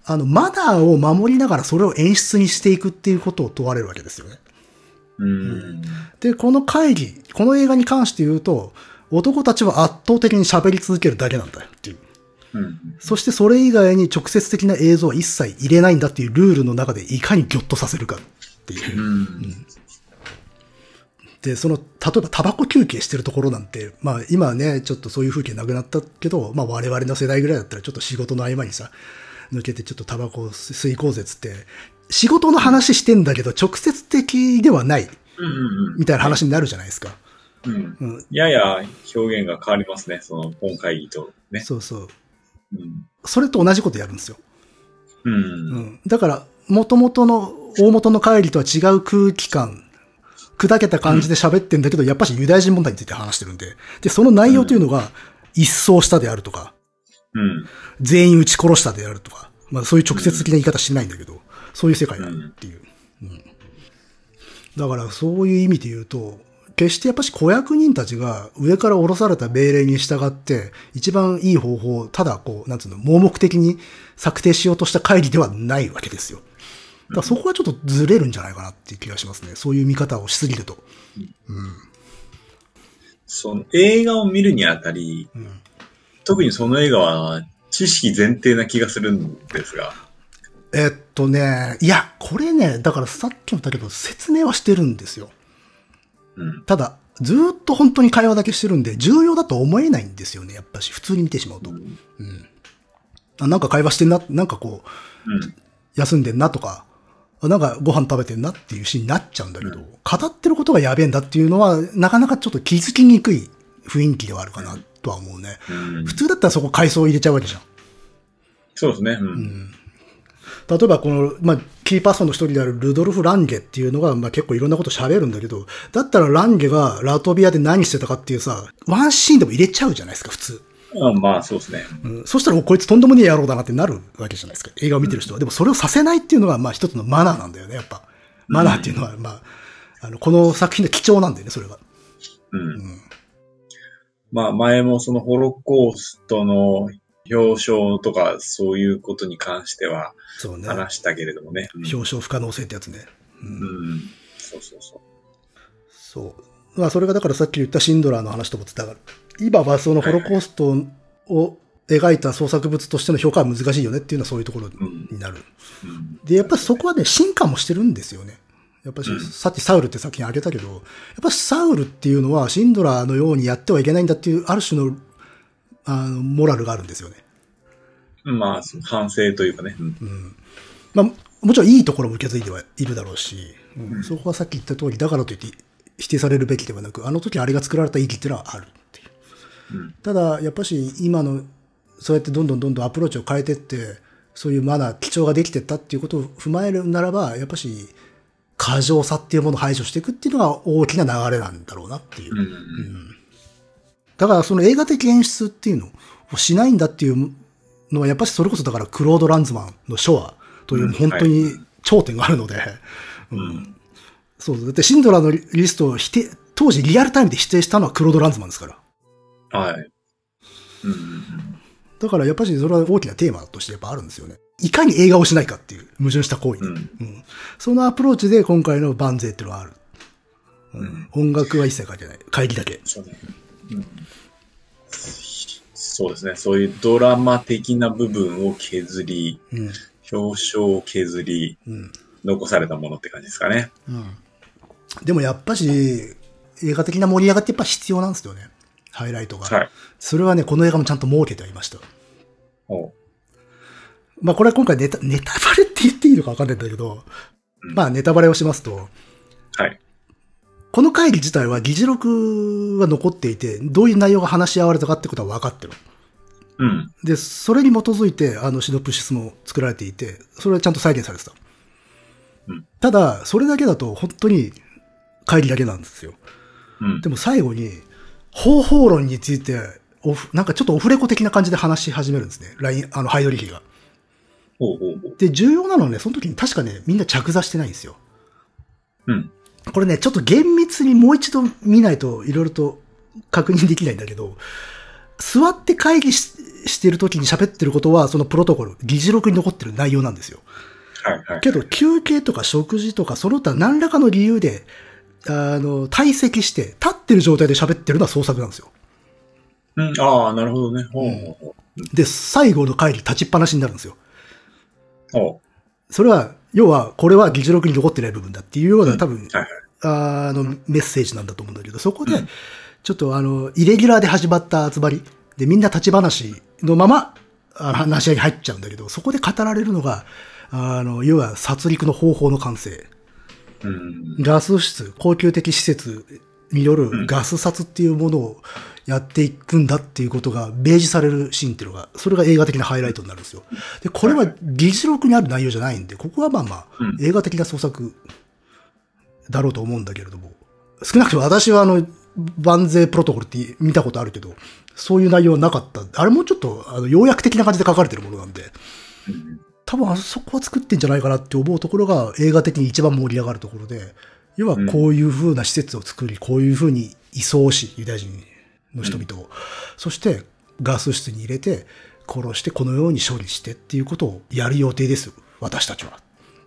Speaker 2: あの、マナーを守りながらそれを演出にしていくっていうことを問われるわけですよね。
Speaker 1: うん。
Speaker 2: で、この会議、この映画に関して言うと、男たちは圧倒的に喋り続けるだけなんだよっていう。
Speaker 1: うん。
Speaker 2: そしてそれ以外に直接的な映像は一切入れないんだっていうルールの中でいかにギョッとさせるかっていう
Speaker 1: う。ん。
Speaker 2: で、その、例えばタバコ休憩してるところなんて、まあ今はね、ちょっとそういう風景なくなったけど、まあ我々の世代ぐらいだったらちょっと仕事の合間にさ、抜けてちょっとタバコを吸いこうぜっつって、仕事の話してんだけど直接的ではない
Speaker 1: うん。
Speaker 2: みたいな話になるじゃないですか。
Speaker 1: うん。
Speaker 2: うん、
Speaker 1: やや表現が変わりますね。その本会議とね。
Speaker 2: そうそう。
Speaker 1: うん。
Speaker 2: それと同じことやるんですよ。
Speaker 1: う。
Speaker 2: うんん、だから、元々の、大元の会議とは違う空気感、砕けた感じで喋ってんだけど、やっぱしユダヤ人問題について話してるんで、で、その内容というのが、一掃したであるとか、
Speaker 1: うん。
Speaker 2: 全員撃ち殺したであるとか、まあそういう直接的な言い方してないんだけど、そういう世界だっていう。うんだからそういう意味で言うと、決してやっぱし子役人たちが上から降ろされた命令に従って、一番いい方法をただこう、なんつうの、盲目的に策定しようとした会議ではないわけですよ。だからそこはちょっとずれるんじゃないかなっていう気がしますね。そういう見方をしすぎると。
Speaker 1: その映画を見るにあたり、
Speaker 2: うん。
Speaker 1: 特にその映画は知識前提な気がするんですが。
Speaker 2: えっとね、いや、これね、だからさっきも言ったけど、説明はしてるんですよ。
Speaker 1: うん。
Speaker 2: ただ、ずーっと本当に会話だけしてるんで、重要だと思えないんですよね、やっぱし、普通に見てしまうと。うん。あなんか会話してんな、なんかこう、
Speaker 1: うん。
Speaker 2: 休んでんなとか、あなんかご飯食べてんなっていうシーンになっちゃうんだけど、語ってることがやべえんだっていうのは、なかなかちょっと気づきにくい雰囲気ではあるかなとは思うね。
Speaker 1: うん
Speaker 2: 普通だったらそこ階層入れちゃうわけじゃん。
Speaker 1: そうですね。うん。
Speaker 2: 例えばこの、まあ、キーパーソンの一人であるルドルフ・ランゲっていうのが、まあ、結構いろんなこと喋るんだけど、だったらランゲがラトビアで何してたかっていうさ、ワンシーンでも入れちゃうじゃないですか、普通。
Speaker 1: あまあ、そうですね。
Speaker 2: うん、そしたら、おこいつとんでもねえ野郎だなってなるわけじゃないですか。映画を見てる人は。でもそれをさせないっていうのが、まあ一つのマナーなんだよね、やっぱ。マナーっていうのは、まあ、あの、この作品の貴重なんだよね、それが。
Speaker 1: うん。まあ、前もそのホロコーストの表彰とかそういうことに関しては
Speaker 2: そうね。
Speaker 1: 話したけれどもね。
Speaker 2: 表彰不可能性ってやつね。
Speaker 1: うん。うんそうそうそ
Speaker 2: そう。まあ、それがだからさっき言ったシンドラーの話とも繋がる。今はそのホロコーストを描いた創作物としての評価は難しいよねっていうのはそういうところになる。
Speaker 1: う。うん。
Speaker 2: で、やっぱりそこはね、進化もしてるんですよね。やっぱし
Speaker 1: うん、
Speaker 2: さっきサウルって作品あげたけど、やっぱサウルっていうのはシンドラーのようにやってはいけないんだっていう、ある種の、あの、モラルがあるんですよね。
Speaker 1: まあ、その反省というかね。うん
Speaker 2: まあ、もちろんいいところも受け継いではいるだろうし、うんそこはさっき言った通り、だからといって否定されるべきではなく、あの時あれが作られた意義っていうのはあるっていう。
Speaker 1: うん
Speaker 2: ただ、やっぱし今の、そうやってどんどんどんどんアプローチを変えてって、そういうマナー、基調ができてったっていうことを踏まえるならば、やっぱし、過剰さっていうものを排除していくっていうのが大きな流れなんだろうなっていう。
Speaker 1: うん。
Speaker 2: だからその映画的演出っていうのをしないんだっていうのは、やっぱりそれこそだからクロード・ランズマンの書はといううん本当に頂点があるので、うん
Speaker 1: ん
Speaker 2: そうそうだってシンドラーのリストを否定、当時リアルタイムで否定したのはクロード・ランズマンですから。
Speaker 1: はい。うんうん
Speaker 2: だからやっぱりそれは大きなテーマとしてやっぱあるんですよね。いかに映画をしないかっていう矛盾した行為、
Speaker 1: うん。うん。
Speaker 2: うんそのアプローチで今回の万税っていうのはある。うん音楽は一切書いてない。会議だけ。
Speaker 1: そうだねうんそうですね。そういうドラマ的な部分を削り、
Speaker 2: うん。
Speaker 1: 表彰を削り、
Speaker 2: うん。
Speaker 1: 残されたものって感じですかね。
Speaker 2: でもやっぱし、映画的な盛り上がりってやっぱ必要なんですよね。ハイライトが。
Speaker 1: はい。
Speaker 2: それはね、この映画もちゃんと設けてはいました。
Speaker 1: おう
Speaker 2: まあこれは今回ネタ、ネタバレって言っていいのかわかんないんだけど、
Speaker 1: うん
Speaker 2: まあネタバレをしますと、
Speaker 1: はい。
Speaker 2: この会議自体は議事録が残っていて、どういう内容が話し合われたかってことは分かってる。
Speaker 1: うん。
Speaker 2: で、それに基づいて、あの、シノプシスも作られていて、それはちゃんと再現されてた。
Speaker 1: うん
Speaker 2: ただ、それだけだと、本当に、会議だけなんですよ。
Speaker 1: うん
Speaker 2: で。も最後に、方法論について、オフ、なんかちょっとオフレコ的な感じで話し始めるんですね。ライン、あの、ハイドリヒが。
Speaker 1: おうおうおう。
Speaker 2: で、重要なのはね、その時に確かね、みんな着座してないんですよ。
Speaker 1: うん。
Speaker 2: これね、ちょっと厳密にもう一度見ないといろいろと確認できないんだけど、座って会議ししてる時に喋ってることは、そのプロトコル、議事録に残ってる内容なんですよ。
Speaker 1: はいはい。
Speaker 2: けど、休憩とか食事とか、その他何らかの理由で、あの、退席して、立ってる状態で喋ってるのは創作なんですよ。
Speaker 1: うん。ああ、なるほどね。おうおう
Speaker 2: で、最後の会議立ちっぱなしになるんですよ。
Speaker 1: おう。おう
Speaker 2: それは、要は、これは議事録に残ってない部分だっていうよう
Speaker 1: う
Speaker 2: なん多分、
Speaker 1: はいはい。
Speaker 2: あの、メッセージなんだと思うんだけど、そこ
Speaker 1: う
Speaker 2: で
Speaker 1: ん、
Speaker 2: ちょっとあの、イレギュラーで始まった集まり、で、みんな立ち話のまま、あの話し合いに入っちゃうんだけど、そこで語られるのが、あの、要は殺戮の方法の完成。
Speaker 1: うん。
Speaker 2: ガス室、恒久的施設によ
Speaker 1: うん
Speaker 2: るガス殺っていうものをやっていくんだっていうことが明示されるシーンっていうのが、それが映画的なハイライトになるんですよ。で、これは議事録にある内容じゃないんで、ここはまあまあ
Speaker 1: うん、
Speaker 2: 映画的な創作だろうと思うんだけれども、少なくとも私はあの、万税プロトコルって見たことあるけど、そういう内容はなかった。あれもちょっと、あの、要約的な感じで書かれてるものなんで、
Speaker 1: うん
Speaker 2: 多分あそこは作ってんじゃないかなって思うところが映画的に一番盛り上がるところで、要はこういう風な施設を作り、こういう風に移送し、ユダヤ人の人々を、そしてガス室に入れて、殺してこのように処理してっていうことをやる予定ですよ、私たちは。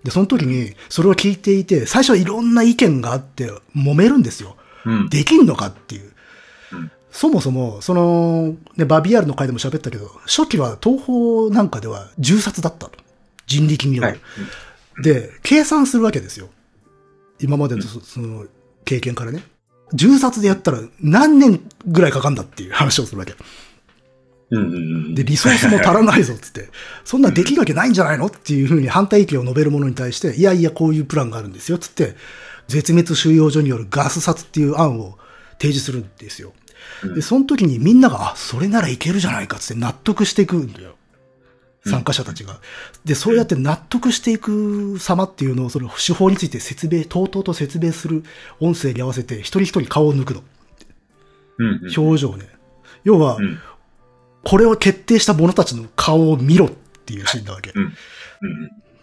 Speaker 2: で、その時にそれを聞いていて、最初はいろんな意見があって揉めるんですよ。
Speaker 1: うん。
Speaker 2: できんのかっていう
Speaker 1: うん。
Speaker 2: そもそも、その、ね、バビアールの回でも喋ったけど、初期は東宝なんかでは銃殺だったと。人力によ
Speaker 1: は
Speaker 2: る
Speaker 1: い。。
Speaker 2: で、計算するわけですよ。今までのそその経験からね。銃殺でやったら何年ぐらいかかんだっていう話をするわけ。
Speaker 1: うんうんうん。
Speaker 2: で、リソースも足らないぞっつ って、そんなできるわけないんじゃないのっていうふうに反対意見を述べる者に対して、いやいや、こういうプランがあるんですよっつって、絶滅収容所によるガス殺っていう案を提示するんですよ。
Speaker 1: うん
Speaker 2: で、その時にみんなが、あ、それならいけるじゃないかっつって納得していくんだよ。
Speaker 1: うん
Speaker 2: 参加者たちが。で、そうやって納得していく様っていうのを、その手法について説明、とうとうと説明する音声に合わせて、一人一人顔を抜くの。
Speaker 1: うんうん。
Speaker 2: 表情ね。要は
Speaker 1: う、ん
Speaker 2: これを決定した者たちの顔を見ろっていうシーンなわけ。
Speaker 1: うん。うん。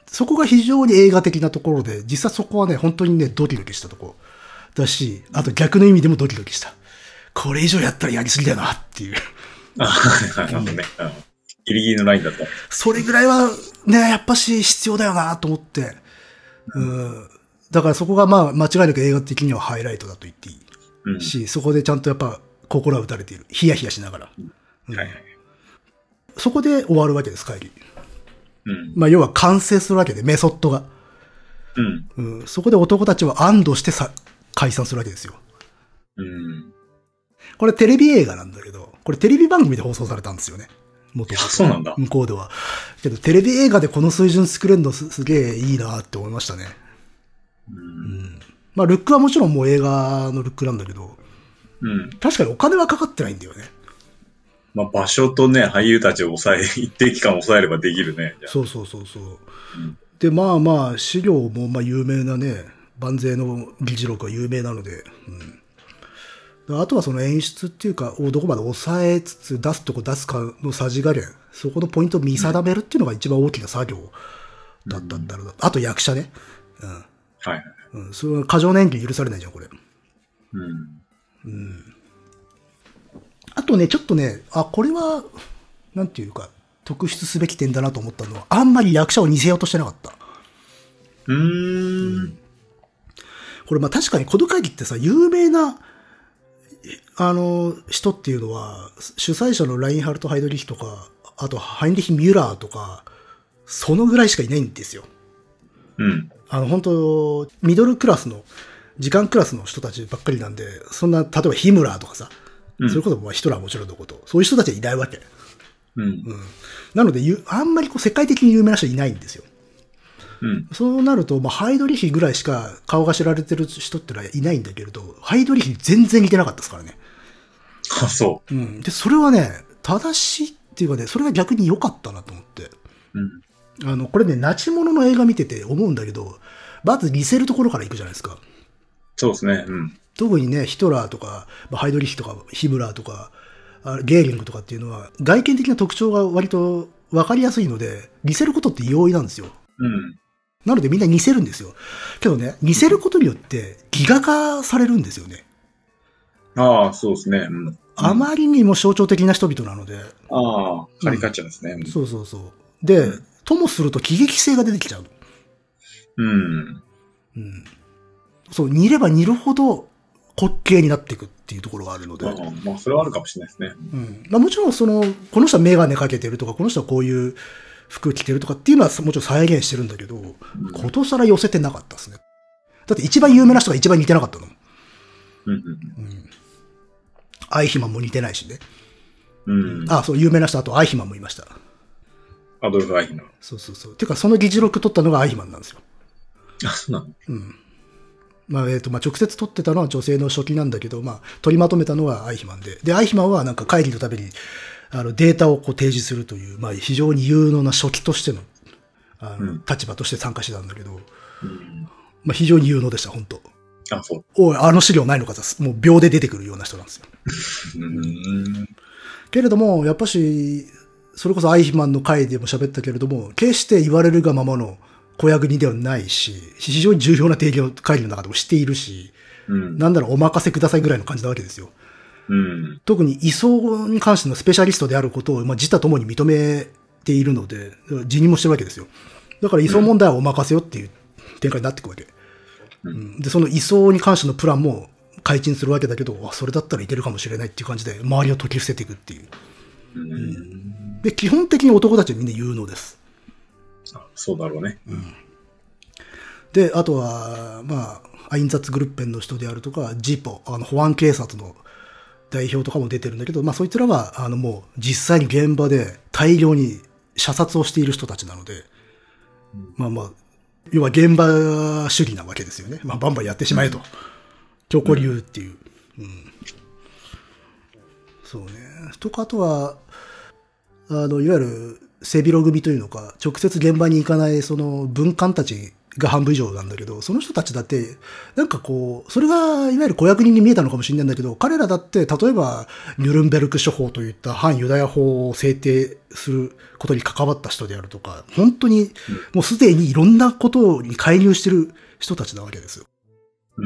Speaker 2: そこが非常に映画的なところで、実際そこはね、本当にね、ドキドキしたところだし、あと逆の意味でもドキドキした。これ以上やったらやりすぎだよなっていう。
Speaker 1: あはいはいなるほどね。うんギリギリのラインだった。
Speaker 2: それぐらいはね、やっぱし必要だよなと思って。うん。だからそこがまあ、間違いなく映画的にはハイライトだと言っていい
Speaker 1: うん。
Speaker 2: し、そこでちゃんとやっぱ心は打たれている。ヒヤヒヤしながら。うん
Speaker 1: はいはい。
Speaker 2: そこで終わるわけです、会議。
Speaker 1: うん。
Speaker 2: まあ、要は完成するわけで、メソッドが。
Speaker 1: うん。
Speaker 2: うん、そこで男たちは安堵してさ解散するわけですよ。
Speaker 1: うん。
Speaker 2: これテレビ映画なんだけど、これテレビ番組で放送されたんですよね。元
Speaker 1: あ
Speaker 2: 々
Speaker 1: そうなんだ。
Speaker 2: 向こうでは。けどテレビ映画でこの水準作れるのすすげえいいなって思いましたね。
Speaker 1: うん。
Speaker 2: まあルックはもちろんもう映画のルックなんだけど、
Speaker 1: うん。
Speaker 2: 確かにお金はかかってないんだよね。
Speaker 1: まあ、場所とね、俳優たちを抑え、一定期間抑えればできるね。じゃあ
Speaker 2: そうそうそうそう。
Speaker 1: うん
Speaker 2: で、まあまあ資料もまあ有名なね、万税の議事録は有名なので、うんであとはその演出っていうか、をどこまで抑えつつ出すとこ出すかのさじ加減、そこのポイントを見定めるっていうのが一番大きな作業だったんだろうな。あと役者ね。
Speaker 1: はいはい。
Speaker 2: うん。うん。それは過剰年金許されないじゃん、これ。
Speaker 1: うん。
Speaker 2: あとね、ちょっとね、あ、これは、なんていうか、特筆すべき点だなと思ったのは、あんまり役者を似せようとしてなかった。
Speaker 1: うーん。
Speaker 2: これまあ確かにこの会議ってさ、有名な、あの、人っていうのは、主催者のラインハルト・ハイドリヒとか、あとハインリヒ・ミュラーとか、そのぐらいしかいないんですよ。
Speaker 1: うん。
Speaker 2: あの、本当ミドルクラスの、時間クラスの人たちばっかりなんで、そんな、例えばヒムラーとかさ、
Speaker 1: うん
Speaker 2: それこそまあヒトラーはもちろんのこと、そういう人たちはいないわけ。
Speaker 1: うん。
Speaker 2: なので、ゆあんまりこう世界的に有名な人いないんですよ。
Speaker 1: うん。
Speaker 2: そうなると、まあ、ハイドリヒぐらいしか顔が知られてる人ってのはいないんだけれど、ハイドリヒ全然似てなかったですからね。
Speaker 1: あ、そ
Speaker 2: うん。で、それはね、正しいっていうかね、それが逆に良かったなと思って。
Speaker 1: う。うん。
Speaker 2: あの、これね、ナチモノの映画見てて思うんだけど、まず似せるところから行くじゃないですか。
Speaker 1: そうですね。うん。
Speaker 2: 特にね、ヒトラーとか、まあハイドリヒとか、ヒムラーとか、あゲーリングとかっていうのは、外見的な特徴が割と分かりやすいので、似せることって容易なんですよ。
Speaker 1: うん。
Speaker 2: なのでみんな似せるんですよ。けどね、似せることによって、ギガ化されるんですよね。
Speaker 1: ああ、そうですね。うん。
Speaker 2: あまりにも象徴的な人々なので。
Speaker 1: ああ、カリカチュアですね。
Speaker 2: そうそうそう。で、ともすると喜劇性が出てきちゃう。
Speaker 1: うん。
Speaker 2: うん。そう、似れば似るほど滑稽になっていくっていうところがあるので。
Speaker 1: ああまあ、それはあるかもしれないですね。
Speaker 2: うんまあ、もちろんその、この人はメガネかけてるとか、この人はこういう服着てるとかっていうのはもちろん再現してるんだけど、ことさら寄せてなかったですね。だって一番有名な人が一番似てなかったの。
Speaker 1: うん。
Speaker 2: うん。アイヒマンも似てないしね。
Speaker 1: うん。うん。
Speaker 2: あ、そう、有名な人、あとアイヒマンもいました。
Speaker 1: アドルフ・アイヒマン。
Speaker 2: そうそうそう。てか、その議事録取ったのがアイヒマンなんですよ。
Speaker 1: あ、そうなの
Speaker 2: うん。まあ、えっ、と、まあ、直接取ってたのは女性の書記なんだけど、まあ、取りまとめたのはアイヒマンで。で、アイヒマンはなんか会議のために、あの、データをこう提示するという、まあ、非常に有能な書記としての、あの、
Speaker 1: うん
Speaker 2: 立場として参加してたんだけど、
Speaker 1: うん。
Speaker 2: まあ、非常に有能でした、本当
Speaker 1: あ、そう。
Speaker 2: おい、あの資料ないのかさ、もう秒で出てくるような人なんですよ。
Speaker 1: うん。
Speaker 2: けれども、やっぱし、それこそアイヒマンの回でも喋ったけれども、決して言われるがままの子役にではないし、非常に重要な提言を会議の中でもしているし、
Speaker 1: うん。
Speaker 2: なんならお任せくださいぐらいの感じなわけですよ。
Speaker 1: うん。
Speaker 2: 特に移送に関してのスペシャリストであることを、まあ、自他ともに認めているので、辞任もしてるわけですよ。だから移送問題はお任せよっていう展開になっていくわけ。
Speaker 1: うん
Speaker 2: うんで、その移送に関してのプランも改陳するわけだけど、あそれだったらいけるかもしれないっていう感じで、周りを解き伏せていくっていう。
Speaker 1: うん。
Speaker 2: で、基本的に男たちはみんな有能です。
Speaker 1: あそうだろうね。
Speaker 2: で、あとは、まあ、アインザッツグルッペンの人であるとか、ジポ、あの、保安警察の代表とかも出てるんだけど、まあ、そいつらは、あの、もう、実際に現場で大量に射殺をしている人たちなので、まあまあ、要は現場主義なわけですよね。まあ、バンバンやってしまえと。強行流っていう。うん。そうね。とか、あとは、あの、いわゆる、背広組というのか、直接現場に行かない、その、文官たちが半分以上なんだけど、その人たちだって、なんかこう、それが、いわゆる子役人に見えたのかもしれないんだけど、彼らだって、例えば、ニュルンベルク処方といった反ユダヤ法を制定することに関わった人であるとか、本当に、もうすでにいろんなことに介入してる人たちなわけですよ。
Speaker 1: うん。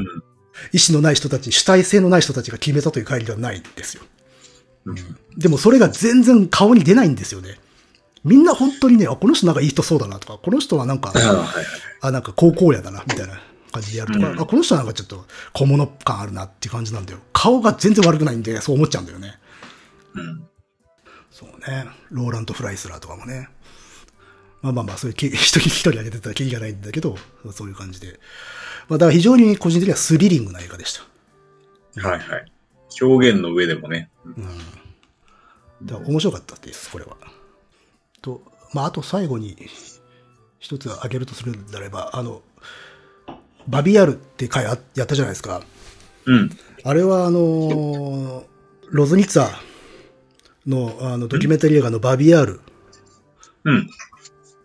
Speaker 2: 意思のない人たち、主体性のない人たちが決めたという会議ではないんですよ。
Speaker 1: うん。
Speaker 2: でもそれが全然顔に出ないんですよね。みんな本当にね、あ、この人なんかいい人そうだなとか、この人はなんか
Speaker 1: あ、あ、はいはい。
Speaker 2: あ、なんか高校やだな、みたいな感じでやるとか、
Speaker 1: うん
Speaker 2: あ、この人なんかちょっと小物感あるなっていう感じなんだよ。顔が全然悪くないんで、そう思っちゃうんだよね。
Speaker 1: うん。
Speaker 2: そうね。ローランド・フライスラーとかもね。まあまあまあ、そういうき、一 人一人挙げてたらキリがないんだけど、そういう感じで。まあ、だから非常に個人的にはスリリングな映画でした。
Speaker 1: はいはい。表現の上でもね。
Speaker 2: うん。だから面白かったです、これは。と、まあ、あと最後に、一つ挙げるとするんであれば、あの、バビアルって回あやったじゃないですか。
Speaker 1: うん。
Speaker 2: あれはあのーロズニツァのあのドキュメンタリー映画のバビアール
Speaker 1: うん。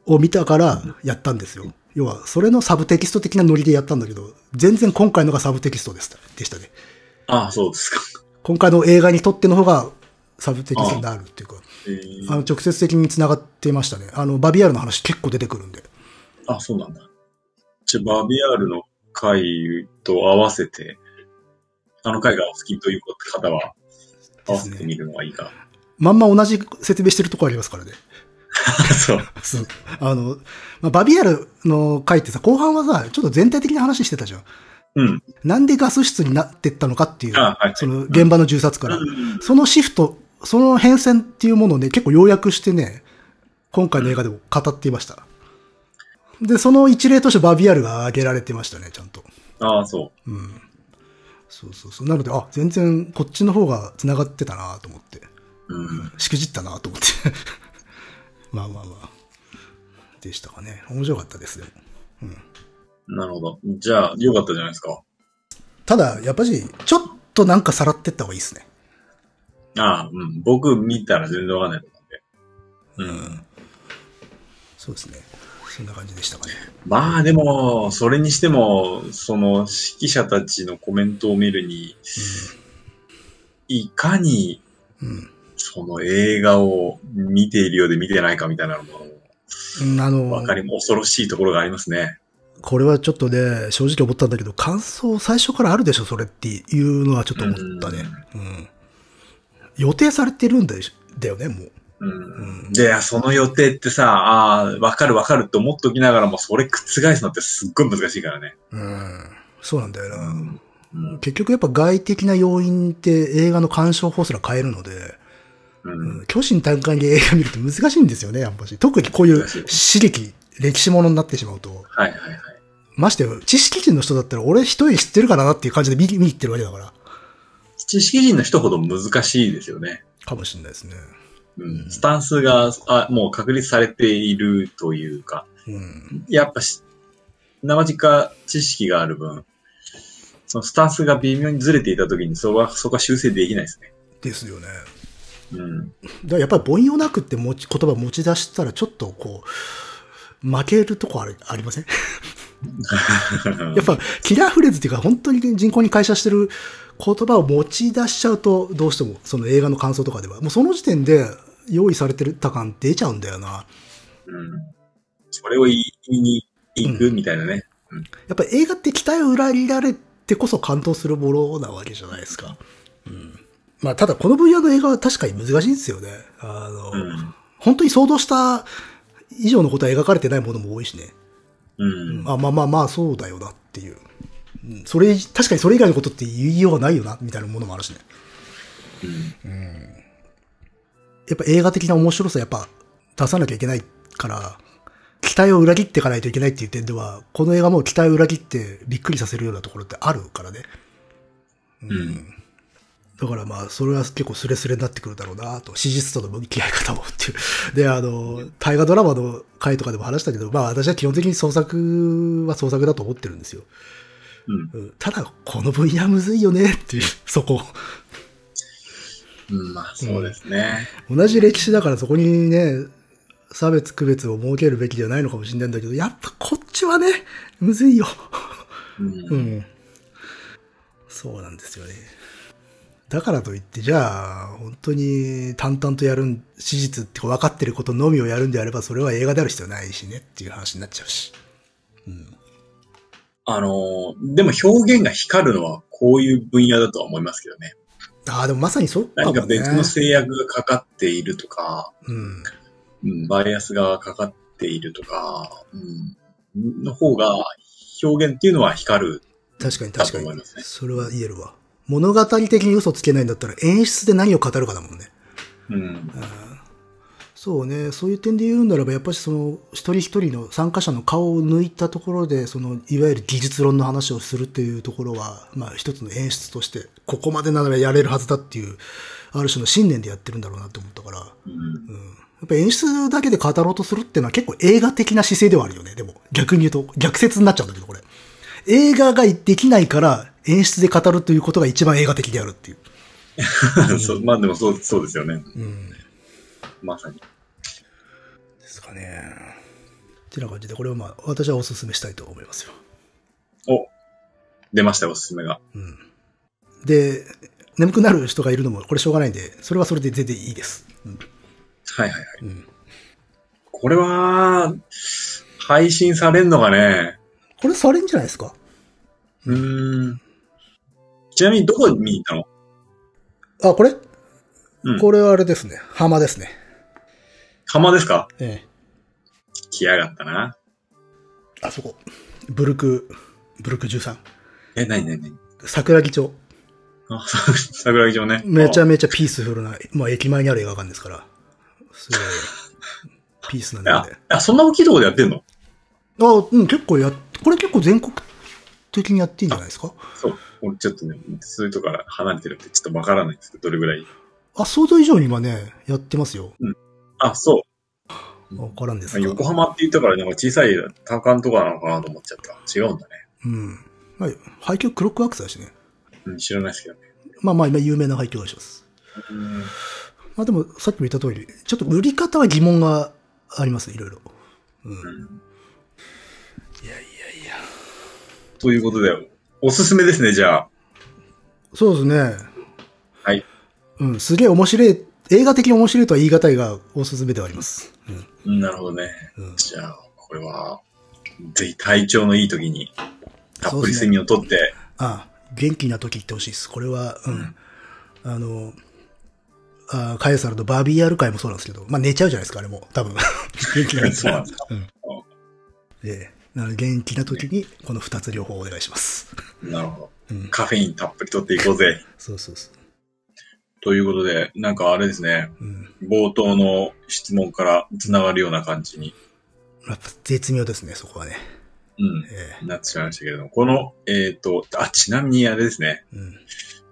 Speaker 2: を見たからやったんですよ。要は、それのサブテキスト的なノリでやったんだけど、全然今回のがサブテキストでしたでしたね。
Speaker 1: ああ、そうですか。
Speaker 2: 今回の映画にとっての方がサブテキストになるっていうか、
Speaker 1: えー
Speaker 2: あの直接的に繋がっていましたね。あの、バビアールの話結構出てくるんで。
Speaker 1: あ、そうなんだ。じゃあ、バビアールの回と合わせて、あの回がお好きという方は、合わせてみるのがいいか。
Speaker 2: まんま同じ説明してるとこありますからね。
Speaker 1: あ そう。
Speaker 2: そう。あの、まあ、バビアルの回ってさ、後半はさ、ちょっと全体的な話してたじゃん。
Speaker 1: うん。
Speaker 2: なんでガス室になってったのかっていう、
Speaker 1: あはい
Speaker 2: その現場の銃殺から、
Speaker 1: うん
Speaker 2: そのシフト、その変遷っていうものをね、結構要約してね、今回の映画でも語っていました。で、その一例としてバビアールが挙げられてましたね、ちゃんと。
Speaker 1: ああ、そ
Speaker 2: うん。そうそうそう。なので、あ、全然こっちの方が繋がってたなと思って。
Speaker 1: う。うん。
Speaker 2: しくじったなと思って。 まあまあまあ。でしたかね。面白かったです、でも。
Speaker 1: なるほど。じゃあ、良かったじゃないですか。
Speaker 2: ただ、やっぱり、ちょっとなんかさらってった方がいいですね。
Speaker 1: ああ、うん。僕見たら全然わかんないと思うんで。うん。
Speaker 2: そうですね。そんな感じでしたかね。
Speaker 1: まあでも、それにしても、その指揮者たちのコメントを見るに、いかに
Speaker 2: うん。
Speaker 1: その映画を見ているようで見てないかみたいなのも、
Speaker 2: うん、あの
Speaker 1: わかりも、恐ろしいところがありますね。
Speaker 2: これはちょっとね、正直思ったんだけど、感想最初からあるでしょ、それっていうのはちょっと思ったね。うん。予定されてるんだよだよね、もう。
Speaker 1: うん。で、その予定ってさ、ああ、わかるわかるって思っときながらも、それ覆すのってすっごい難しいからね。
Speaker 2: うん。そうなんだよな。
Speaker 1: うん。
Speaker 2: 結局やっぱ外的な要因って映画の鑑賞法すら変えるので、
Speaker 1: うん。
Speaker 2: 虚心単感に映画見ると難しいんですよね、やっぱし。特にこういう刺激、歴史ものになってしまうと。
Speaker 1: はいはいはい。
Speaker 2: ましてよ、知識人の人だったら俺一人知ってるからなっていう感じで見見に行ってるわけだから。
Speaker 1: 知識人の人ほど難しいですよね。
Speaker 2: かもしれないですね。
Speaker 1: うん。スタンスが、あもう確立されているというか、
Speaker 2: うん。
Speaker 1: やっぱし、生地か知識がある分、そのスタンスが微妙にずれていたときに、そこは、そこは修正できないですね。
Speaker 2: ですよね。
Speaker 1: うん。
Speaker 2: だからやっぱり凡庸なくって持ち言葉持ち出したらちょっとこう、負けるとこありあり ませんやっぱキラーフレーズっていうか本当に人口に会社してる言葉を持ち出しちゃうとどうしてもその映画の感想とかではもうその時点で用意されてた感出ちゃうんだよな。
Speaker 1: うん。それを言いに行くみたいなね。
Speaker 2: やっぱり映画って期待を裏切られてこそ感動するものなわけじゃないですか。まあただこの分野の映画は確かに難しいんですよね。あの、
Speaker 1: うん。
Speaker 2: 本当に想像した以上のことは描かれてないものも多いしね。
Speaker 1: うん。
Speaker 2: あまあまあまあそうだよなっていう。うんそれ、確かにそれ以外のことって言いようがないよな、みたいなものもあるしね。
Speaker 1: うん
Speaker 2: やっぱ映画的な面白さやっぱ出さなきゃいけないから、期待を裏切っていかないといけないっていう点では、この映画も期待を裏切ってびっくりさせるようなところってあるからね。
Speaker 1: うん。
Speaker 2: だからまあ、それは結構スレスレになってくるだろうなと、史実との向き合い方もっていう。で、あの、大河ドラマの回とかでも話したけど、まあ私は基本的に創作は創作だと思ってるんですよ。
Speaker 1: うん
Speaker 2: うんただ、この分野むずいよねっていう、 そこ。
Speaker 1: うん。まあ、そうですね。
Speaker 2: 同じ歴史だからそこにね、差別区別を設けるべきじゃないのかもしれないんだけど、やっぱこっちはね、むずいよ。
Speaker 1: うん。
Speaker 2: うん。そうなんですよね。だからといって、じゃあ、本当に淡々とやるん、史実ってか分かってることのみをやるんであれば、それは映画である必要ないしねっていう話になっちゃうし。
Speaker 1: あのー、でも表現が光るのはこういう分野だとは思いますけどね。
Speaker 2: ああ、でもまさにそうか
Speaker 1: 何か
Speaker 2: もね。
Speaker 1: 別の制約がかかっているとか、
Speaker 2: うん。
Speaker 1: うん、バイアスがかかっているとか、うん、の方が表現っていうのは光る。
Speaker 2: 確かに
Speaker 1: だ
Speaker 2: 確
Speaker 1: と
Speaker 2: かに
Speaker 1: 思います。ね
Speaker 2: それは言えるわ。物語的に嘘つけないんだったら演出で何を語るかだもんね。
Speaker 1: うん。
Speaker 2: そうね、そういう点で言うならば、やっぱりその一人一人の参加者の顔を抜いたところで、そのいわゆる技術論の話をするっていうところは、まあ一つの演出として、ここまでならやれるはずだっていう、ある種の信念でやってるんだろうなって思ったから、や
Speaker 1: うん
Speaker 2: っぱ演出だけで語ろうとするっていうのは結構映画的な姿勢ではあるよね、でも逆に言うと、逆説になっちゃうんだけど、これ。映画ができないから演出で語るということが一番映画的であるってい う。
Speaker 1: そうまあでもそうそうですよね。
Speaker 2: うん
Speaker 1: まさに。
Speaker 2: ですかね。ってな感じで、これはまあ、私はお勧めしたいと思いますよ。
Speaker 1: お出ましたよ、おすすめが。
Speaker 2: うん。で、眠くなる人がいるのも、これしょうがないんで、それはそれで全然いいです。うん。
Speaker 1: はいはいはい。
Speaker 2: うん
Speaker 1: これは、配信されんのがね、
Speaker 2: これされんじゃないですか
Speaker 1: うーん。ちなみにどこに見に行ったの
Speaker 2: あ、これ、
Speaker 1: うん
Speaker 2: これはあれですね。浜ですね。
Speaker 1: 浜ですか
Speaker 2: ええ。
Speaker 1: 来やがったな。
Speaker 2: あそこ。ブルク、ブルク13。
Speaker 1: え、なになになに
Speaker 2: 桜木町。
Speaker 1: あ、 さ桜木町ね。
Speaker 2: めちゃ
Speaker 1: め
Speaker 2: めちゃピースフルな、まあ駅前にある映画館ですから。すごい。 ピースな
Speaker 1: ちゃ。
Speaker 2: 中
Speaker 1: あ
Speaker 2: で。、
Speaker 1: あそんな大きいとこでやってんの
Speaker 2: あ、うん、結構やっ、これ結構全国的にやっていいんじゃないですか
Speaker 1: そう。俺ちょっとね、そういうとこから離れてるってちょっとわからないんですけど、どれぐらい。
Speaker 2: あ、想像以上に今ね、やってますよ。
Speaker 1: あ、そう。
Speaker 2: わからんです
Speaker 1: あ
Speaker 2: か
Speaker 1: 横浜って言ったから、なんか小さい単館とかなのかなと思っちゃった。違うんだね。
Speaker 2: うん。はい。配給クロックワークスだしね。
Speaker 1: うん、知らないですけどね。
Speaker 2: まあまあ今有名な配給会社です。
Speaker 1: うん。
Speaker 2: まあでもさっきも言った通り、ちょっと売り方は疑問があります、いろいろ。うん。
Speaker 1: ということで、おすすめですね、じゃあ。
Speaker 2: そうですね。
Speaker 1: はい。
Speaker 2: うん、すげえ面白い、映画的に面白いとは言い難いが、おすすめではあります。うん。
Speaker 1: うんなるほどね。
Speaker 2: うん、
Speaker 1: じゃあ、これは、ぜひ体調のいい時に、たっぷり睡眠をとって、
Speaker 2: あ元気な時言ってほしいです。これは、うん。あの、あカエサルのバービーヤル会もそうなんですけど、まあ寝ちゃうじゃないですか、あれも。多分。 元気な時
Speaker 1: そうなん ですか。
Speaker 2: ええなので元気な時に、この二つ両方お願いします。
Speaker 1: なるほど。
Speaker 2: うん。
Speaker 1: カフェインたっぷりとっていこうぜ。
Speaker 2: そうそうそ
Speaker 1: ということで、なんかあれですね、
Speaker 2: う。うん。
Speaker 1: 冒頭の質問から繋がるような感じに、
Speaker 2: やっぱ絶妙ですね、そこはね。
Speaker 1: うん、
Speaker 2: え
Speaker 1: なってしまいましたけれども、この、えっ、と、あ、ちなみにあれですね、
Speaker 2: えうん。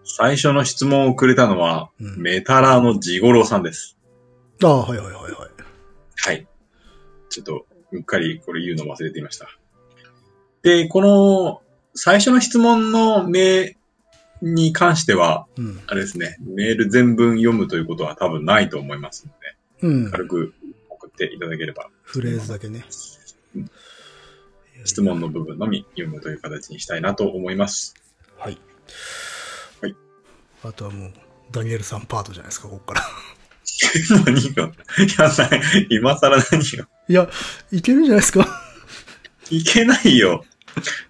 Speaker 1: 最初の質問をくれたのは、
Speaker 2: うん
Speaker 1: メタラーのジゴロウさんです。
Speaker 2: ああ、はいはいはいはい。
Speaker 1: はい。ちょっと、うっかりこれ言うの忘れていました。で、この、最初の質問の目に関しては、
Speaker 2: うん。
Speaker 1: あれですね、メール全文読むということは多分ないと思いますので、
Speaker 2: うん。
Speaker 1: 軽く送っていただければ、
Speaker 2: フレーズだけね。
Speaker 1: 質問の部分のみ読むという形にしたいなと思います。
Speaker 2: はい。
Speaker 1: はい。
Speaker 2: あとはもう、ダニエルさんパートじゃないですか、ここから。
Speaker 1: 何がいや、さ今更何が
Speaker 2: いや、いけるんじゃないですか。
Speaker 1: いけないよ。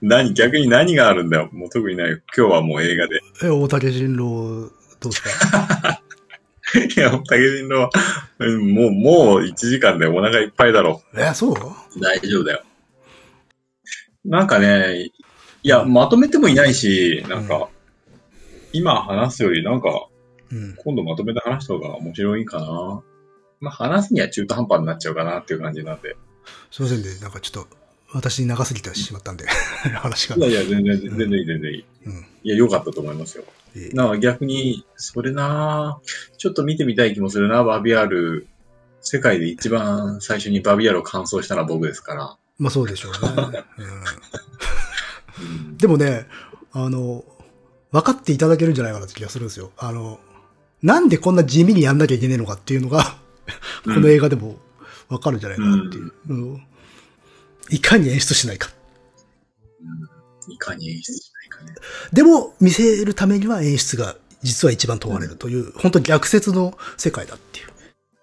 Speaker 1: 何、逆に何があるんだよ。もう特にないよ。今日はもう映画で。
Speaker 2: え、大竹人狼、どうです か
Speaker 1: いや、竹人の、うんもう、もう1時間でお腹いっぱいだろ
Speaker 2: え、そう
Speaker 1: う。大丈夫だよ。なんかね、いや、まとめてもいないし、なんか、
Speaker 2: う
Speaker 1: 今話すより、なんか、
Speaker 2: うん。
Speaker 1: 今度まとめて話した方が面白いかな。まあ、話すには中途半端になっちゃうかなっていう感じなんで。
Speaker 2: すいませんね、なんかちょっと、私に長すぎてしまったんで、 話が
Speaker 1: い。やいや、全然、全然いい、全然いい。
Speaker 2: うん。
Speaker 1: いや、良かったと思いますよ。
Speaker 2: え
Speaker 1: なんか逆に、それなぁちょっと見てみたい気もするなバビアール。世界で一番最初にバビアールを完走したのは僕ですから。
Speaker 2: まあそうでしょうね。うんでもね、あの、分かっていただけるんじゃないかなって気がするんですよ。あの、なんでこんな地味にやんなきゃいけねえのかっていうのが、こ
Speaker 1: うん
Speaker 2: の映画でも分かるんじゃないかなっていう。うんいかに演出しないか。
Speaker 1: いかに演出しないかね。
Speaker 2: でも、見せるためには演出が実は一番問われるという、本当逆説の世界だっていう。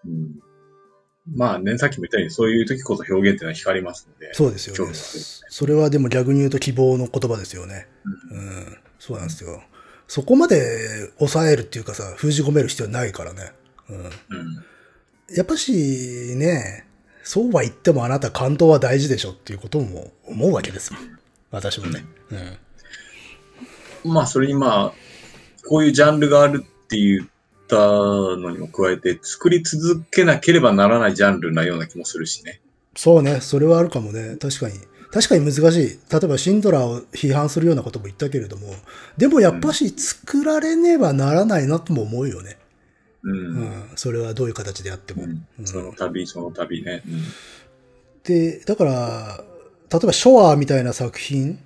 Speaker 1: うん。まあね、さっきも言ったように、そういう時こそ表現っていうのは光りますので。
Speaker 2: そうですよ
Speaker 1: そう
Speaker 2: ね。
Speaker 1: です
Speaker 2: それはでも逆に言うと希望の言葉ですよね。うん。そうなんですよ。そこまで抑えるっていうかさ、封じ込める必要はないからね。うん。
Speaker 1: うん。
Speaker 2: やっぱしね、そうは言ってもあなた感動は大事でしょっていうことも思うわけですもん。私もね。うん。
Speaker 1: まあ、それにまあ、こういうジャンルがあるって言ったのにも加えて、作り続けなければならないジャンルなような気もするしね。
Speaker 2: そうね、それはあるかもね。確かに。確かに難しい。例えばシンドラーを批判するようなことも言ったけれども、でもやっぱし作られねばならないなとも思うよね。
Speaker 1: うん。
Speaker 2: うん。それはどういう形であっても。
Speaker 1: うん、その度、その度ね。うん
Speaker 2: で、だから、例えばショアみたいな作品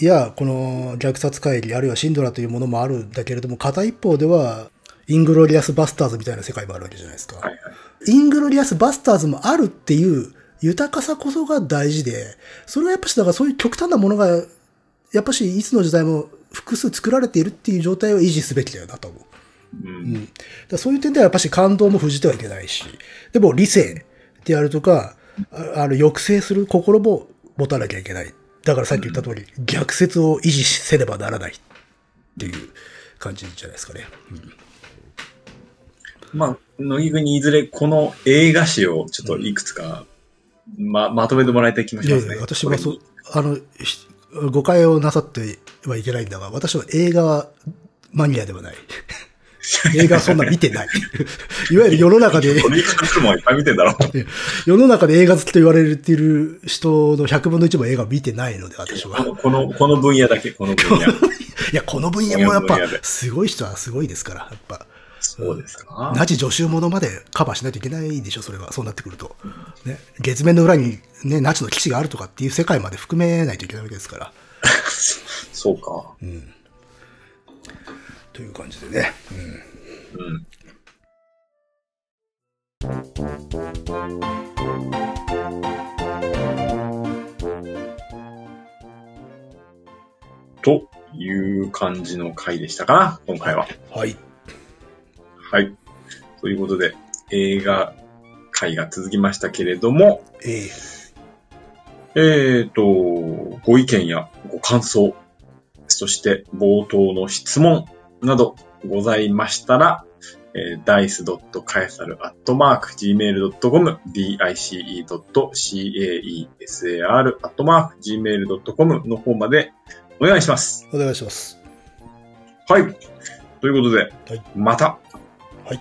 Speaker 2: や、この虐殺会議、あるいはシンドラというものもあるんだけれども、片一方では、イングロリアス・バスターズみたいな世界もあるわけじゃないですか。
Speaker 1: はいはい。
Speaker 2: イングロリアス・バスターズもあるっていう豊かさこそが大事で、それはやっぱし、だからそういう極端なものが、やっぱし、いつの時代も複数作られているっていう状態を維持すべきだよなと思う。
Speaker 1: うん
Speaker 2: うん、だからそういう点ではやっぱし感動も封じてはいけないし、でも理性であるとか、ああの抑制する心も持たなきゃいけない。だからさっき言った通り、逆説を維持せねばならないっていう感じじゃないですかね。
Speaker 1: まあ、乃木君にいずれこの映画史をちょっといくつか、ま、まとめてもらいたい気も
Speaker 2: い
Speaker 1: し
Speaker 2: や
Speaker 1: ま
Speaker 2: い
Speaker 1: すね。
Speaker 2: や、私はそう
Speaker 1: こ、
Speaker 2: あの、ひ誤解をなさってはいけないんだが、私は映画マニアでは ない。映画そんな見て ない。いわゆる世の中で、
Speaker 1: これいくつもいっぱい見てんだろ。
Speaker 2: 世の中で映画好きと言われている人の100分の1も映画見てないので、私
Speaker 1: こ
Speaker 2: は。
Speaker 1: の、この、この分野だけ、この分野。
Speaker 2: いや、この分野もやっぱ
Speaker 1: この分野、です
Speaker 2: ごい人はすごいですから、やっぱ。
Speaker 1: そうですか。
Speaker 2: ナチ助手者までカバーしないといけないでしょ、それは。そうなってくると。ね、月面の裏に、ね、ナチの基地があるとかっていう世界まで含めないといけないわけですから。
Speaker 1: そうか。
Speaker 2: という感じでね。
Speaker 1: うん。という感じの回でしたかな、今回は。
Speaker 2: はい。
Speaker 1: はい。ということで、映画回が続きましたけれども、
Speaker 2: ええ
Speaker 1: えーと、ご意見やご感想、そして冒頭の質問などございましたら、えー、dice.caesar.gmail.com dice.caesar.gmail.com の方までお願いします。
Speaker 2: お願いします。
Speaker 1: はい。ということで、
Speaker 2: はい
Speaker 1: また。
Speaker 2: はい。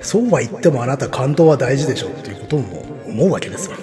Speaker 2: そうは言ってもあなた感動は大事でしょっていうことも思うわけですよ。